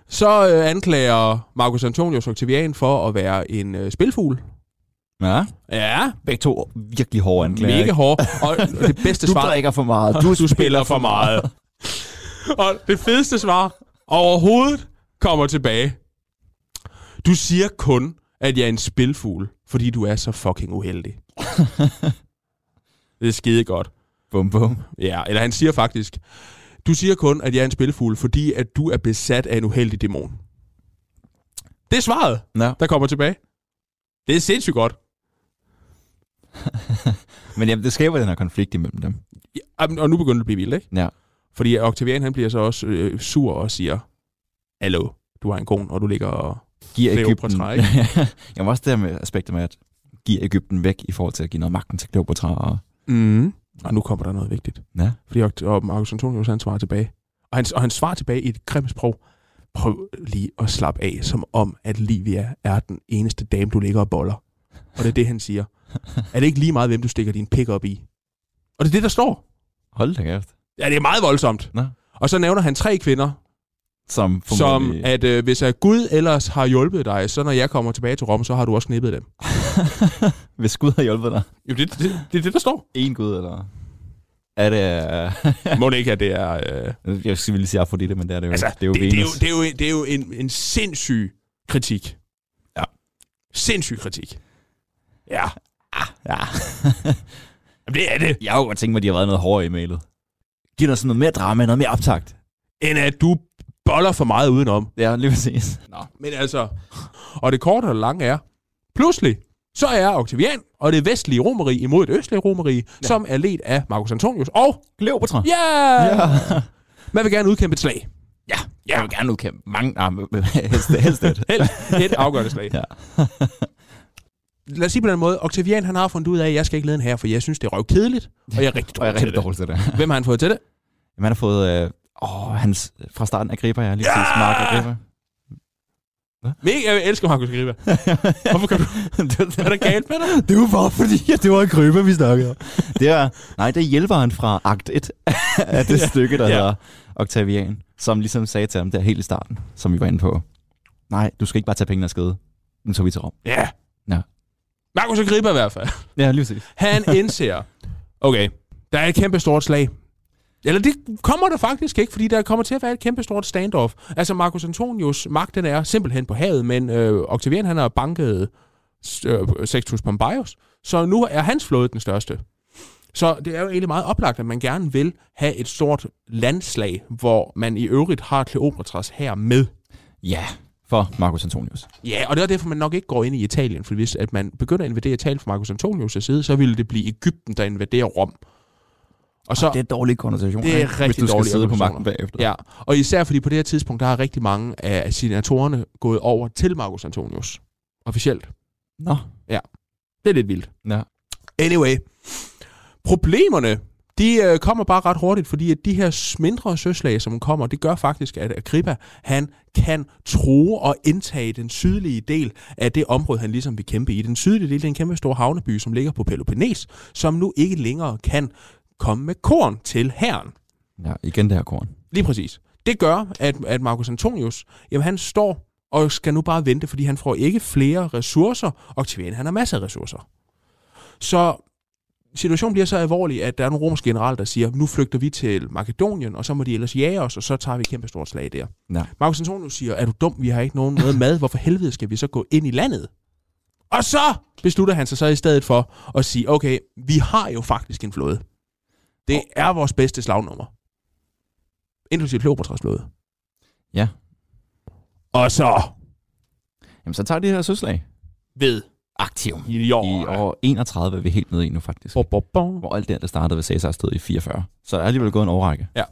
Så øh, anklager Marcus Antonius Octavian for at være en øh, spilfugl.
ja.
Ja,
Begge to virkelig hårde anklager.
mega
ikke?
hård. Og det bedste
Du
svar...
drikker for meget.
du, du spiller for meget. og det fedeste svar overhovedet kommer tilbage. Du siger kun, at jeg er en spilfugl, fordi du er så fucking uheldig. det er skide godt.
Bum, bum.
Ja, eller han siger faktisk, du siger kun, at jeg er en spilfugl, fordi at du er besat af en uheldig dæmon. Det er svaret,
Ja.
der kommer tilbage. Det er sindssygt godt.
Men jamen, det skaber den her konflikt imellem dem.
Ja, jamen, og nu begynder det at blive vildt, ikke?
Ja.
Fordi Octavian, han bliver så også øh, sur og siger, Hallo, du har en kone, og du ligger og...
Giver
Kleopatra,
Ægypten...
ikke?
jamen også det her med aspektet med, at give Ægypten væk i forhold til at give noget magten til Kleopatra. Og...
Mm. Og nu kommer der noget vigtigt.
Mm-hmm. Ja.
Fordi Oct- og Marcus Antonius, han svarer tilbage. Og han, og han svarer tilbage i et grimt sprog. Prøv lige at slappe af, som om, at Livia er den eneste dame, du ligger og boller. Og det er det, han siger. Er det ikke lige meget, hvem du stikker din pik op i? Og det er det, der står.
Hold da kæft.
Ja, det er meget voldsomt.
Nå.
Og så nævner han tre kvinder,
Som,
Som
formodentlig-
at øh, hvis at Gud ellers har hjulpet dig, så når jeg kommer tilbage til Rom, så har du også knippet dem.
Hvis Gud har hjulpet dig.
Jo, det, det, det er det, der står.
En Gud, eller... Er det... øh,
Må det ikke, at det er... Øh,
jeg skulle lige sige Afrodite, men det er det jo
altså,
ikke. Det er jo
det, det, er jo,
Venus.
det er jo, det er jo en, en sindssyg kritik.
Ja.
Sindssyg kritik. Ja,
Ja.
Jamen, det er det.
jeg har jo godt tænkt mig, at de har været noget hårdere i mailet. Giv noget sådan noget mere drama, noget mere optagt.
End at du boller for meget udenom.
Ja, lige præcis. Nå.
Men altså... Og det korte og det lange er... Pludselig, så er Octavian og det vestlige romerige imod det østlige romerige, ja. som er ledt af Marcus Antonius. Og
Kleopatra.
ja! Yeah!
ja.
Man vil gerne udkæmpe et slag. Ja. Ja.
Jeg vil gerne udkæmpe mange arme. helst, helst det.
Helt et afgørende slag.
Ja.
Lad os sige på den måde, Octavian han har fundet ud af, at jeg skal ikke lede en her, for jeg synes, det er røvkedeligt, og jeg er rigtig
Og jeg
dårlig
er
til
rigtig
det.
dårlig til det.
Hvem har han fået til det?
Man har fået... Øh, åh, hans, fra starten af griber jeg lige præcis. Ja! Mark Agrippa.
Mega, jeg elsker Markus Griber. Hvorfor kan du... Er der galt med dig?
Det var bare fordi, at det var en krøbe, vi snakkede om. Det er, nej, det er hjælperen fra akt 1 af det stykke, der
Ja.
ja. hedder Octavian, som ligesom sagde til ham der helt i starten, som vi var inde på. Nej, du skal ikke bare tage pengene af skede. Nu tager vi til Rom.
Ja.
Ja.
Markus Griber i hvert fald.
Ja, lige præcis.
Han indser, okay, der er et kæmpe stort slag. Eller det kommer der faktisk ikke, fordi der kommer til at være et kæmpe stort standoff. Altså Marcus Antonius magt, den er simpelthen på havet, men øh, Octavian han har banket øh, Sextus Pompeius, så nu er hans flåde den største. Så det er jo egentlig meget oplagt, at man gerne vil have et stort landslag, hvor man i øvrigt har Kleopatras her med.
Ja, for Marcus Antonius.
Ja, og det er derfor, man nok ikke går ind i Italien, for hvis at man begynder at invadere Italien fra Marcus Antonius' side, så ville det blive Ægypten, der invaderer Rom. Og så,
Det er dårlig konnotation,
Det er
ikke?
rigtig
hvis du skal
dårlige
sidde på
konnotationer.
magten bagefter.
ja, og især fordi på det her tidspunkt, der har rigtig mange af senatorerne gået over til Marcus Antonius. Officielt.
Nå.
Det er lidt vildt.
Ja.
Anyway. Problemerne, de øh, kommer bare ret hurtigt, fordi at de her mindre søslag, som kommer, det gør faktisk, at Agrippa, han kan tro og indtage den sydlige del af det område, han ligesom vil kæmpe i. Den sydlige del, det er en kæmpe stor havneby, som ligger på Peloponnes, som nu ikke længere kan komme med korn til herren.
ja, igen det her korn.
Lige præcis. Det gør, at, at Marcus Antonius, jamen han står og skal nu bare vente, fordi han får ikke flere ressourcer, og Tivian han har masser af ressourcer. Så situationen bliver så alvorlig, at der er en romersk general, der siger, nu flygter vi til Makedonien, og så må de ellers jage os, og så tager vi et kæmpe stort slag der.
Ja.
Marcus Antonius siger, er du dum, vi har ikke nogen noget mad, hvorfor helvede skal vi så gå ind i landet? Og så beslutter han sig så i stedet for at sige, okay, vi har jo faktisk en flåde. Det er vores bedste slagnummer. Inklusive Kleopatras flåde.
Ja.
Og så
Jamen, så tager de her søslag.
ved
Aktiv.
i år.
I år 31 er vi helt nede i nu, faktisk.
Bom, bom, bom.
hvor alt det her, der startede ved Cæsar, stod i 44. Så der er alligevel gået en overrække.
Ja.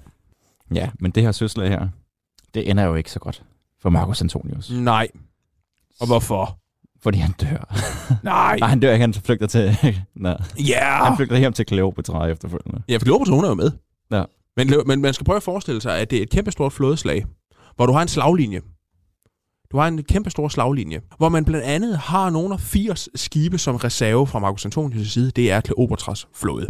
Ja, men det her søslag her, det ender jo ikke så godt for Marcus Antonius. Mm.
Nej. Og hvorfor?
Fordi han dør.
Nej.
Nej, han dør ikke, han flygter til... Nej,
Ja.
han flygter hjem til Cleopatra efterfølgende.
Ja, for Kleopatra, hun er jo med.
Ja.
Men, Cleo- men man skal prøve at forestille sig, at det er et kæmpestort flådeslag, hvor du har en slaglinje. Du har en kæmpestor slaglinje, hvor man blandt andet har nogle af 80 skibe som reserve fra Marcus Antonius' side. Det er Kleopatras flåde.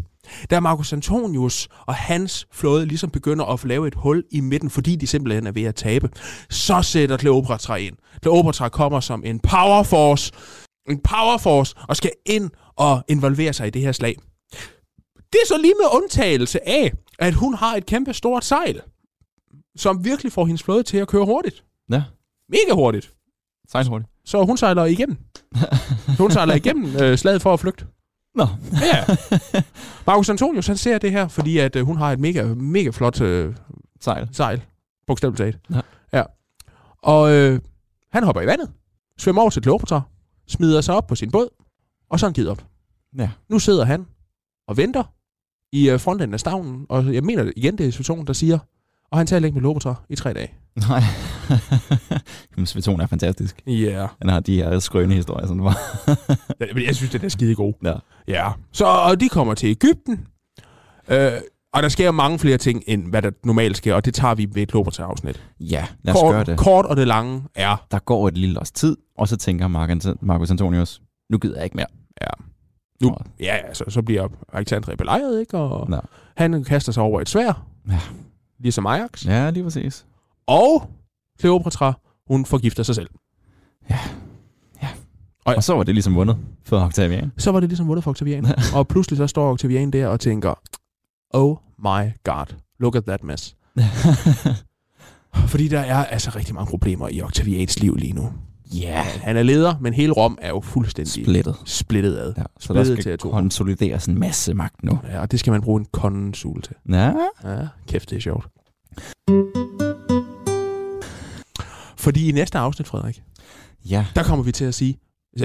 Da Marcus Antonius og hans flåde ligesom begynder at lave et hul i midten, fordi de simpelthen er ved at tabe, så sætter Kleopatra ind. Kleopatra kommer som en power force, en power force, og skal ind og involvere sig i det her slag. Det er så lige med undtagelse af, at hun har et kæmpe stort sejl, som virkelig får hendes flåde til at køre hurtigt.
Ja,
Mega hurtigt.
sejt hurtigt.
Så hun sejler igennem. Så hun sejler igennem øh, slaget for at flygte.
Nå,
Ja. Marcus Antonius, han ser det her, fordi at øh, hun har et mega, mega flot øh,
sejl.
sejl. Bogstaveligt talt.
Ja.
ja. Og øh, han hopper i vandet, svømmer over til Kleopatra, smider sig op på sin båd, og så er han givet op.
Ja.
Nu sidder han og venter i øh, frontenden af stavnen, og jeg mener igen, det er situationen, der siger, og han tager ikke med Kleopatra i tre dage.
Nej. Jamen, Sveton er fantastisk.
Ja. Yeah.
Han har de her skrøne historier, sådan var.
Jeg, jeg synes, den er skide god.
Ja.
Ja. Så og de kommer til Ægypten, øh, og der sker mange flere ting, end hvad der normalt sker, og det tager vi ved et Kleopatra-afsnit.
Ja, lad os gøre
Kort,
det.
kort og det lange er
Der går et lille års tid, og så tænker Mark Ant- Marcus Antonius, nu gider jeg ikke mere.
Nu,
Og-
ja, altså, så bliver Alexandre belejret, ikke? Og
Nå.
han kaster sig over et svær,
Ja.
ligesom Ajax.
Ja, lige præcis.
Og Cleopatra, hun forgifter sig selv.
Og så var det ligesom vundet for Octavian.
Så var det ligesom vundet for Octavian. og pludselig så står Octavian der og tænker, oh my god, look at that mess. Fordi der er altså rigtig mange problemer i Octavians liv lige nu.
Ja.
Han er leder, men hele Rom er jo fuldstændig
Splittet.
splittet ad.
Ja, så der
Splittet til
skal
atomer.
konsolideres en masse magt nu.
Ja, og det skal man bruge en konsul til.
Ja.
Ja, kæft, det er sjovt. Fordi i næste afsnit, Frederik,
Ja.
der kommer vi til at sige,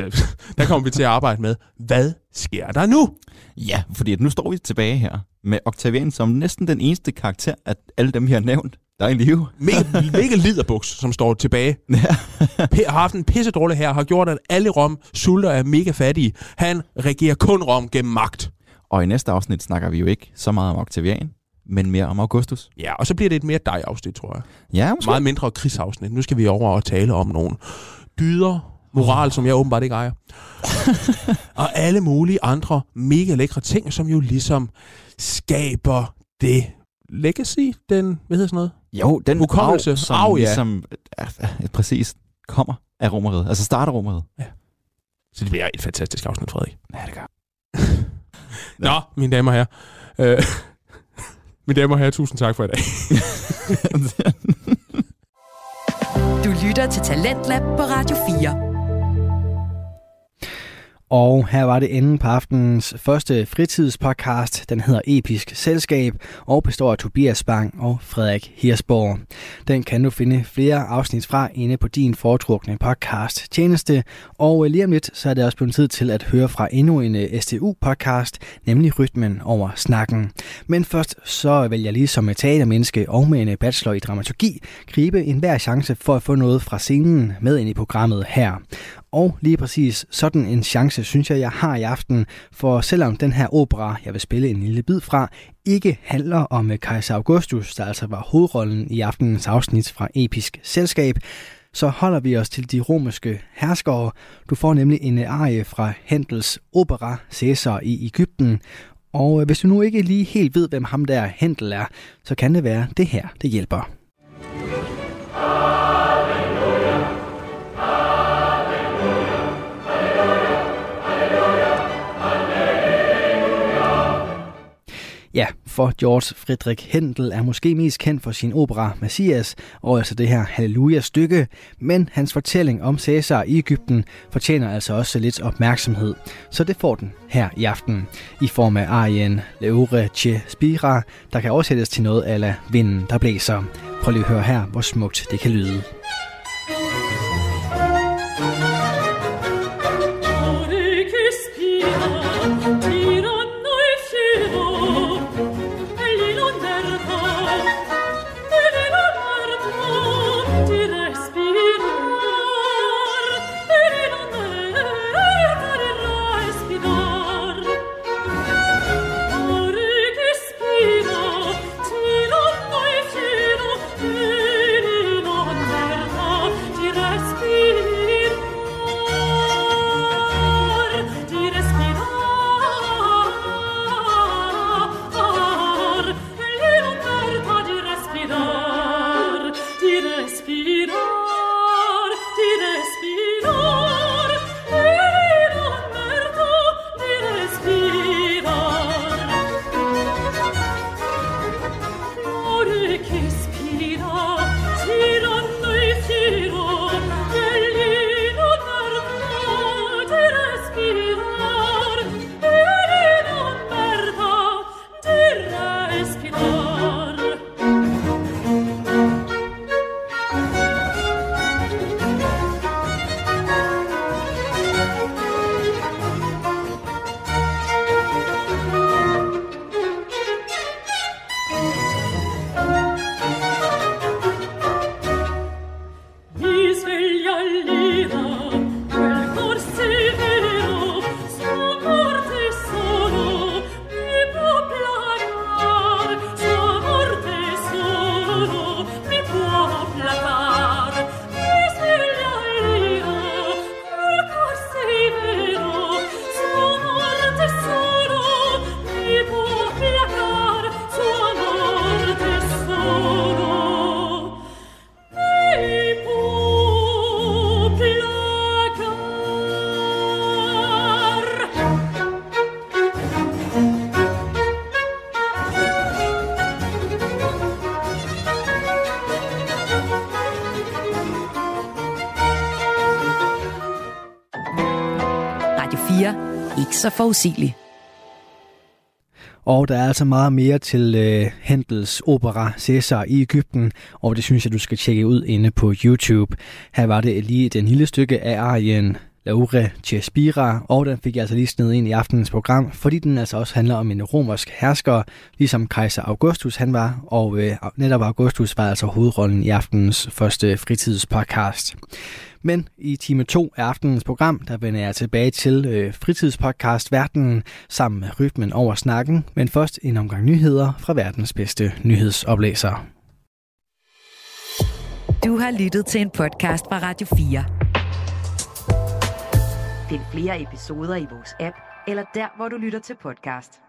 der kommer vi til at arbejde med, hvad sker der nu?
ja, fordi at nu står vi tilbage her med Octavian som næsten den eneste karakter af alle dem, vi har nævnt, Der er en live.
Mega, mega liderbuks, som står tilbage. Ja. har haft en pissedrulle her, har gjort, at alle rom sulter er mega fattige. Han regerer kun rom gennem magt.
Og i næste afsnit snakker vi jo ikke så meget om Octavian, men mere om Augustus.
Ja, og så bliver det et mere dig-afsnit, tror jeg.
Ja, måske.
Meget mindre krigsafsnit. Nu skal vi over og tale om nogle dyder, moral, som jeg åbenbart ikke ejer. og alle mulige andre mega lækre ting, som jo ligesom skaber det legacy, den, hvad hedder sådan noget?
Jo, den
Hukommelse.
arv, som
Arv, ja.
ligesom, ja, præcis kommer af romeriet. Altså starter romeriet.
Så det bliver et fantastisk afsnit, Frederik.
Ja, det gør.
Nå, mine damer og herrer. Øh, mine damer og herrer, tusind tak for i dag.
Du lytter til Talentlab på Radio 4.
Og her var det enden på aftenens første fritidspodcast. Den hedder Episk Selskab og består af Tobias Bang og Frederik Hirsborg. Den kan du finde flere afsnit fra inde på din foretrukne podcast tjeneste. Og øh, lige om lidt, så er det også blevet tid til at høre fra endnu en øh, STU-podcast, nemlig Rytmen over snakken. Men først så vil jeg lige som et teatermenneske og med en øh, bachelor i dramaturgi gribe enhver chance for at få noget fra scenen med ind i programmet her. Og lige præcis sådan en chance, synes jeg, jeg har i aften. For selvom den her opera, jeg vil spille en lille bid fra, ikke handler om øh, kejser Augustus, der altså var hovedrollen i aftenens afsnit fra Episk Selskab, så holder vi os til de romerske herskere. Du får nemlig en øh, arie fra Handels opera Caesar i Ægypten. Og øh, hvis du nu ikke lige helt ved, hvem ham der Handel er, så kan det være det her, det hjælper. Ja, for George Friedrich Händel er måske mest kendt for sin opera Messias, og altså det her Halleluja-stykke, men hans fortælling om Cæsar i Ægypten fortjener altså også lidt opmærksomhed, så det får den her i aften, i form af arien Leure Che Spira, der kan oversættes til noget ala Vinden, der blæser. Prøv lige at høre her, hvor smukt det kan lyde.
Ore che spira, tiranno e fiero, egli non erra, egli non ardo di respirar, egli non erra di respirar. Ore che spira, tiranno e fiero, egli non erra di respirar, di respirar. Egli non erra di respirar, di respirar, di respirar. Egli non erra di respirar. Ore che spira, tiranno e fiero, egli non arda di respirar, egli non merda di respirar. Mi sveglia l'ira, quel cor si vero, sua morte solo mi può placar, sua morte solo mi può placar. Mi sveglia l'ira, quel cor si vero, sua morte solo mi può placar, sua morte solo. Ei può placar.
Radio 4. Ikke så forudsigelig.
Og der er altså meget mere til øh, Handels opera Cæsar i Ægypten, og det synes jeg, du skal tjekke ud inde på YouTube. Her var det lige et lille stykke af arien Laura Chespira, og den fik jeg altså lige sned ind i aftenens program, fordi den altså også handler om en romersk hersker, ligesom kejser Augustus han var, og øh, netop Augustus var altså hovedrollen i aftenens første fritidspodcast. Men i time 2 af aftenens program, der vender jeg tilbage til øh, fritidspodcast Verden sammen med rytmen over snakken, men først en omgang nyheder fra verdens bedste nyhedsoplæser.
Du har lyttet til en podcast fra Radio 4.
Find flere episoder i vores app, eller der, hvor du lytter til podcast.